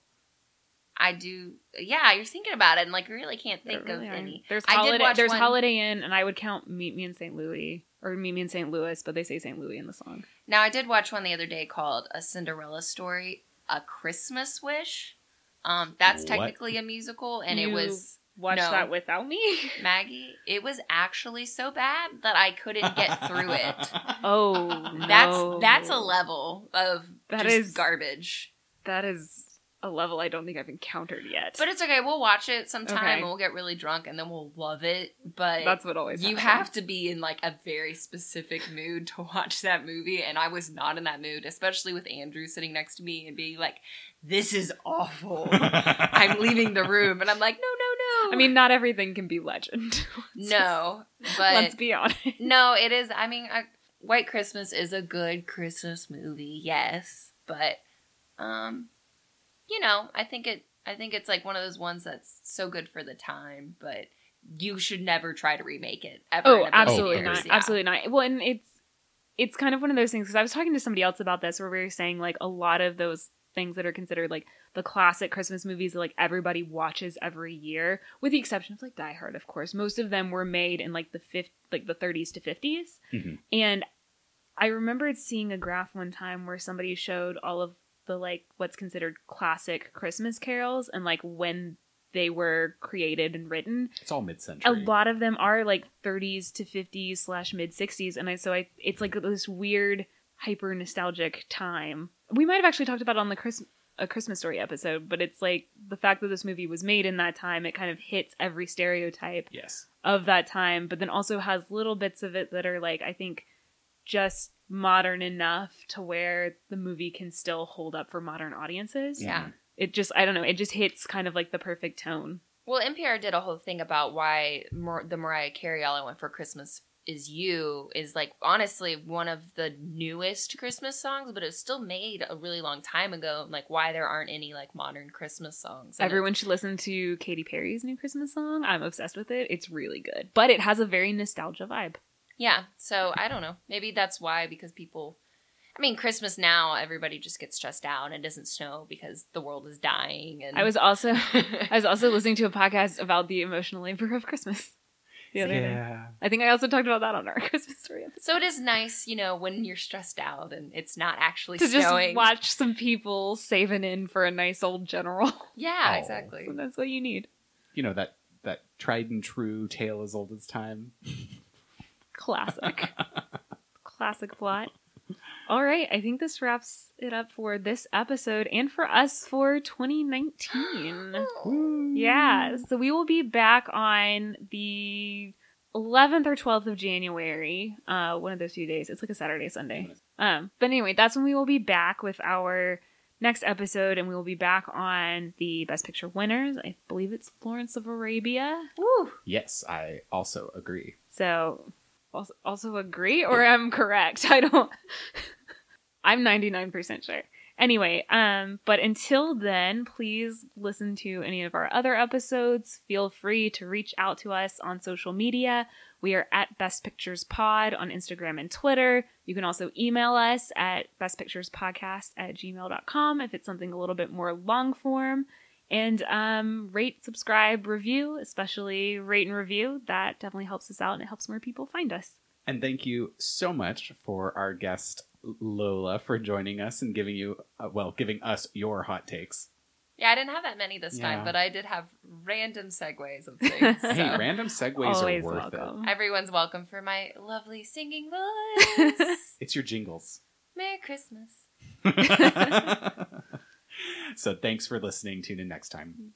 Speaker 3: I do. Yeah, you're thinking about it, and like you really can't
Speaker 2: There
Speaker 3: think
Speaker 2: really
Speaker 3: of
Speaker 2: aren't.
Speaker 3: any.
Speaker 2: There's
Speaker 3: I did
Speaker 2: holiday.
Speaker 3: watch
Speaker 2: there's
Speaker 3: one-
Speaker 2: Holiday Inn, and I would count Meet Me in St. Louis or Meet Me in St. Louis, but they say St. Louis in the song.
Speaker 3: Now I did watch one the other day called A Cinderella Story, A Christmas Wish. Um, that's
Speaker 1: What?
Speaker 3: technically a musical, and it
Speaker 2: You-
Speaker 3: was
Speaker 2: Watch
Speaker 3: No.
Speaker 2: that without me.
Speaker 3: Maggie. It was actually so bad that I couldn't get through it.
Speaker 2: Oh,
Speaker 3: That's
Speaker 2: no.
Speaker 3: that's a level of
Speaker 2: That
Speaker 3: just
Speaker 2: is-
Speaker 3: garbage.
Speaker 2: that is a level I don't think I've encountered yet.
Speaker 3: But it's okay. We'll watch it sometime.
Speaker 2: Okay.
Speaker 3: and We'll get really drunk and then we'll love it. But
Speaker 2: that's what always
Speaker 3: you
Speaker 2: happens.
Speaker 3: have to be in like a very specific mood to watch that movie, and I was not in that mood, especially with Andrew sitting next to me and being like, "This is awful. I'm leaving the room." And I'm like, "No, no, no."
Speaker 2: I mean, not everything can be legend.
Speaker 3: no,
Speaker 2: Let's
Speaker 3: but
Speaker 2: be honest.
Speaker 3: no, it is. I mean, I, White Christmas is a good Christmas movie, yes, but um, you know, I think it. I think it's like one of those ones that's so good for the time, but you should never try to remake it. Ever in a
Speaker 2: Oh,
Speaker 3: billion
Speaker 2: absolutely
Speaker 1: years,
Speaker 2: not.
Speaker 3: yeah.
Speaker 2: Absolutely not. Well, and it's it's kind of one of those things because I was talking to somebody else about this where we were saying like a lot of those things that are considered like the classic Christmas movies that like everybody watches every year, with the exception of like Die Hard, of course. Most of them were made in like the fifth, like the 30s to 50s,
Speaker 1: Mhm.
Speaker 2: and I remembered seeing a graph one time where somebody showed all of the like what's considered classic Christmas carols and like when they were created and written
Speaker 1: It's all mid-century.
Speaker 2: a lot of them are like 30s to 50s slash mid 60s and i so i it's like this weird hyper nostalgic time we might have actually talked about it on the Christmas a Christmas story episode, but it's like the fact that this movie was made in that time, it kind of hits every stereotype
Speaker 1: Yes.
Speaker 2: of that time, but then also has little bits of it that are like, I think, just modern enough to where the movie can still hold up for modern audiences.
Speaker 1: Mm-hmm.
Speaker 3: Yeah.
Speaker 2: It just, I don't know, it just hits kind of like the perfect tone.
Speaker 3: Well, NPR did a whole thing about why Mar- the Mariah Carey "All I Want for Christmas Is You" is like honestly one of the newest Christmas songs, but it was still made a really long time ago. and, Like why there aren't any like modern Christmas songs? And
Speaker 2: Everyone should listen to Katy Perry's new Christmas song. I'm obsessed with it. It's really good, but it has a very nostalgia vibe.
Speaker 3: Yeah. So I don't know. Maybe that's why because people I mean Christmas now everybody just gets stressed out and it doesn't snow because the world is dying and
Speaker 2: I was also I was also listening to a podcast about the emotional labor of Christmas. The other day.
Speaker 1: yeah.
Speaker 2: I think I also talked about that on our Christmas story episode.
Speaker 3: So it is nice, you know, when you're stressed out and it's not actually
Speaker 2: To just
Speaker 3: snowing.
Speaker 2: watch some people saving in for a nice old general.
Speaker 3: yeah,
Speaker 1: Oh.
Speaker 3: exactly.
Speaker 2: And that's what you need.
Speaker 1: You know that that tried and true tale as old as time.
Speaker 2: Classic. Classic plot. All right, I think this wraps it up for this episode and for us for 2019.
Speaker 3: Oh.
Speaker 2: Yeah, so we will be back on the 11th or 12th of January, uh, one of those few days. It's like a Saturday, Sunday. Um, but anyway, that's when we will be back with our next episode, and we will be back on the Best Picture winners. I believe it's Lawrence of Arabia.
Speaker 4: Woo.
Speaker 1: Yes, I also agree.
Speaker 2: So, also, also agree, or I'm correct. I don't. I'm 99% sure. Anyway, um, but until then, please listen to any of our other episodes. Feel free to reach out to us on social media. We are at Best Pictures Pod on Instagram and Twitter. You can also email us at bestpicturespodcast at gmail.com if it's something a little bit more long form. And um, rate, subscribe, review, especially rate and review. That definitely helps us out and it helps more people find us.
Speaker 1: And thank you so much for our guest Lola for joining us and giving you uh, well, giving us your hot takes.
Speaker 4: Yeah, I didn't have that many this
Speaker 1: Yeah.
Speaker 4: time, but I did have random segues of things. so.
Speaker 1: Hey, random segues
Speaker 2: Always
Speaker 1: are worth it.
Speaker 2: welcome.
Speaker 4: Everyone's welcome for my lovely singing voice.
Speaker 1: It's your jingles.
Speaker 4: Merry Christmas.
Speaker 1: so thanks for listening. Tune in next time.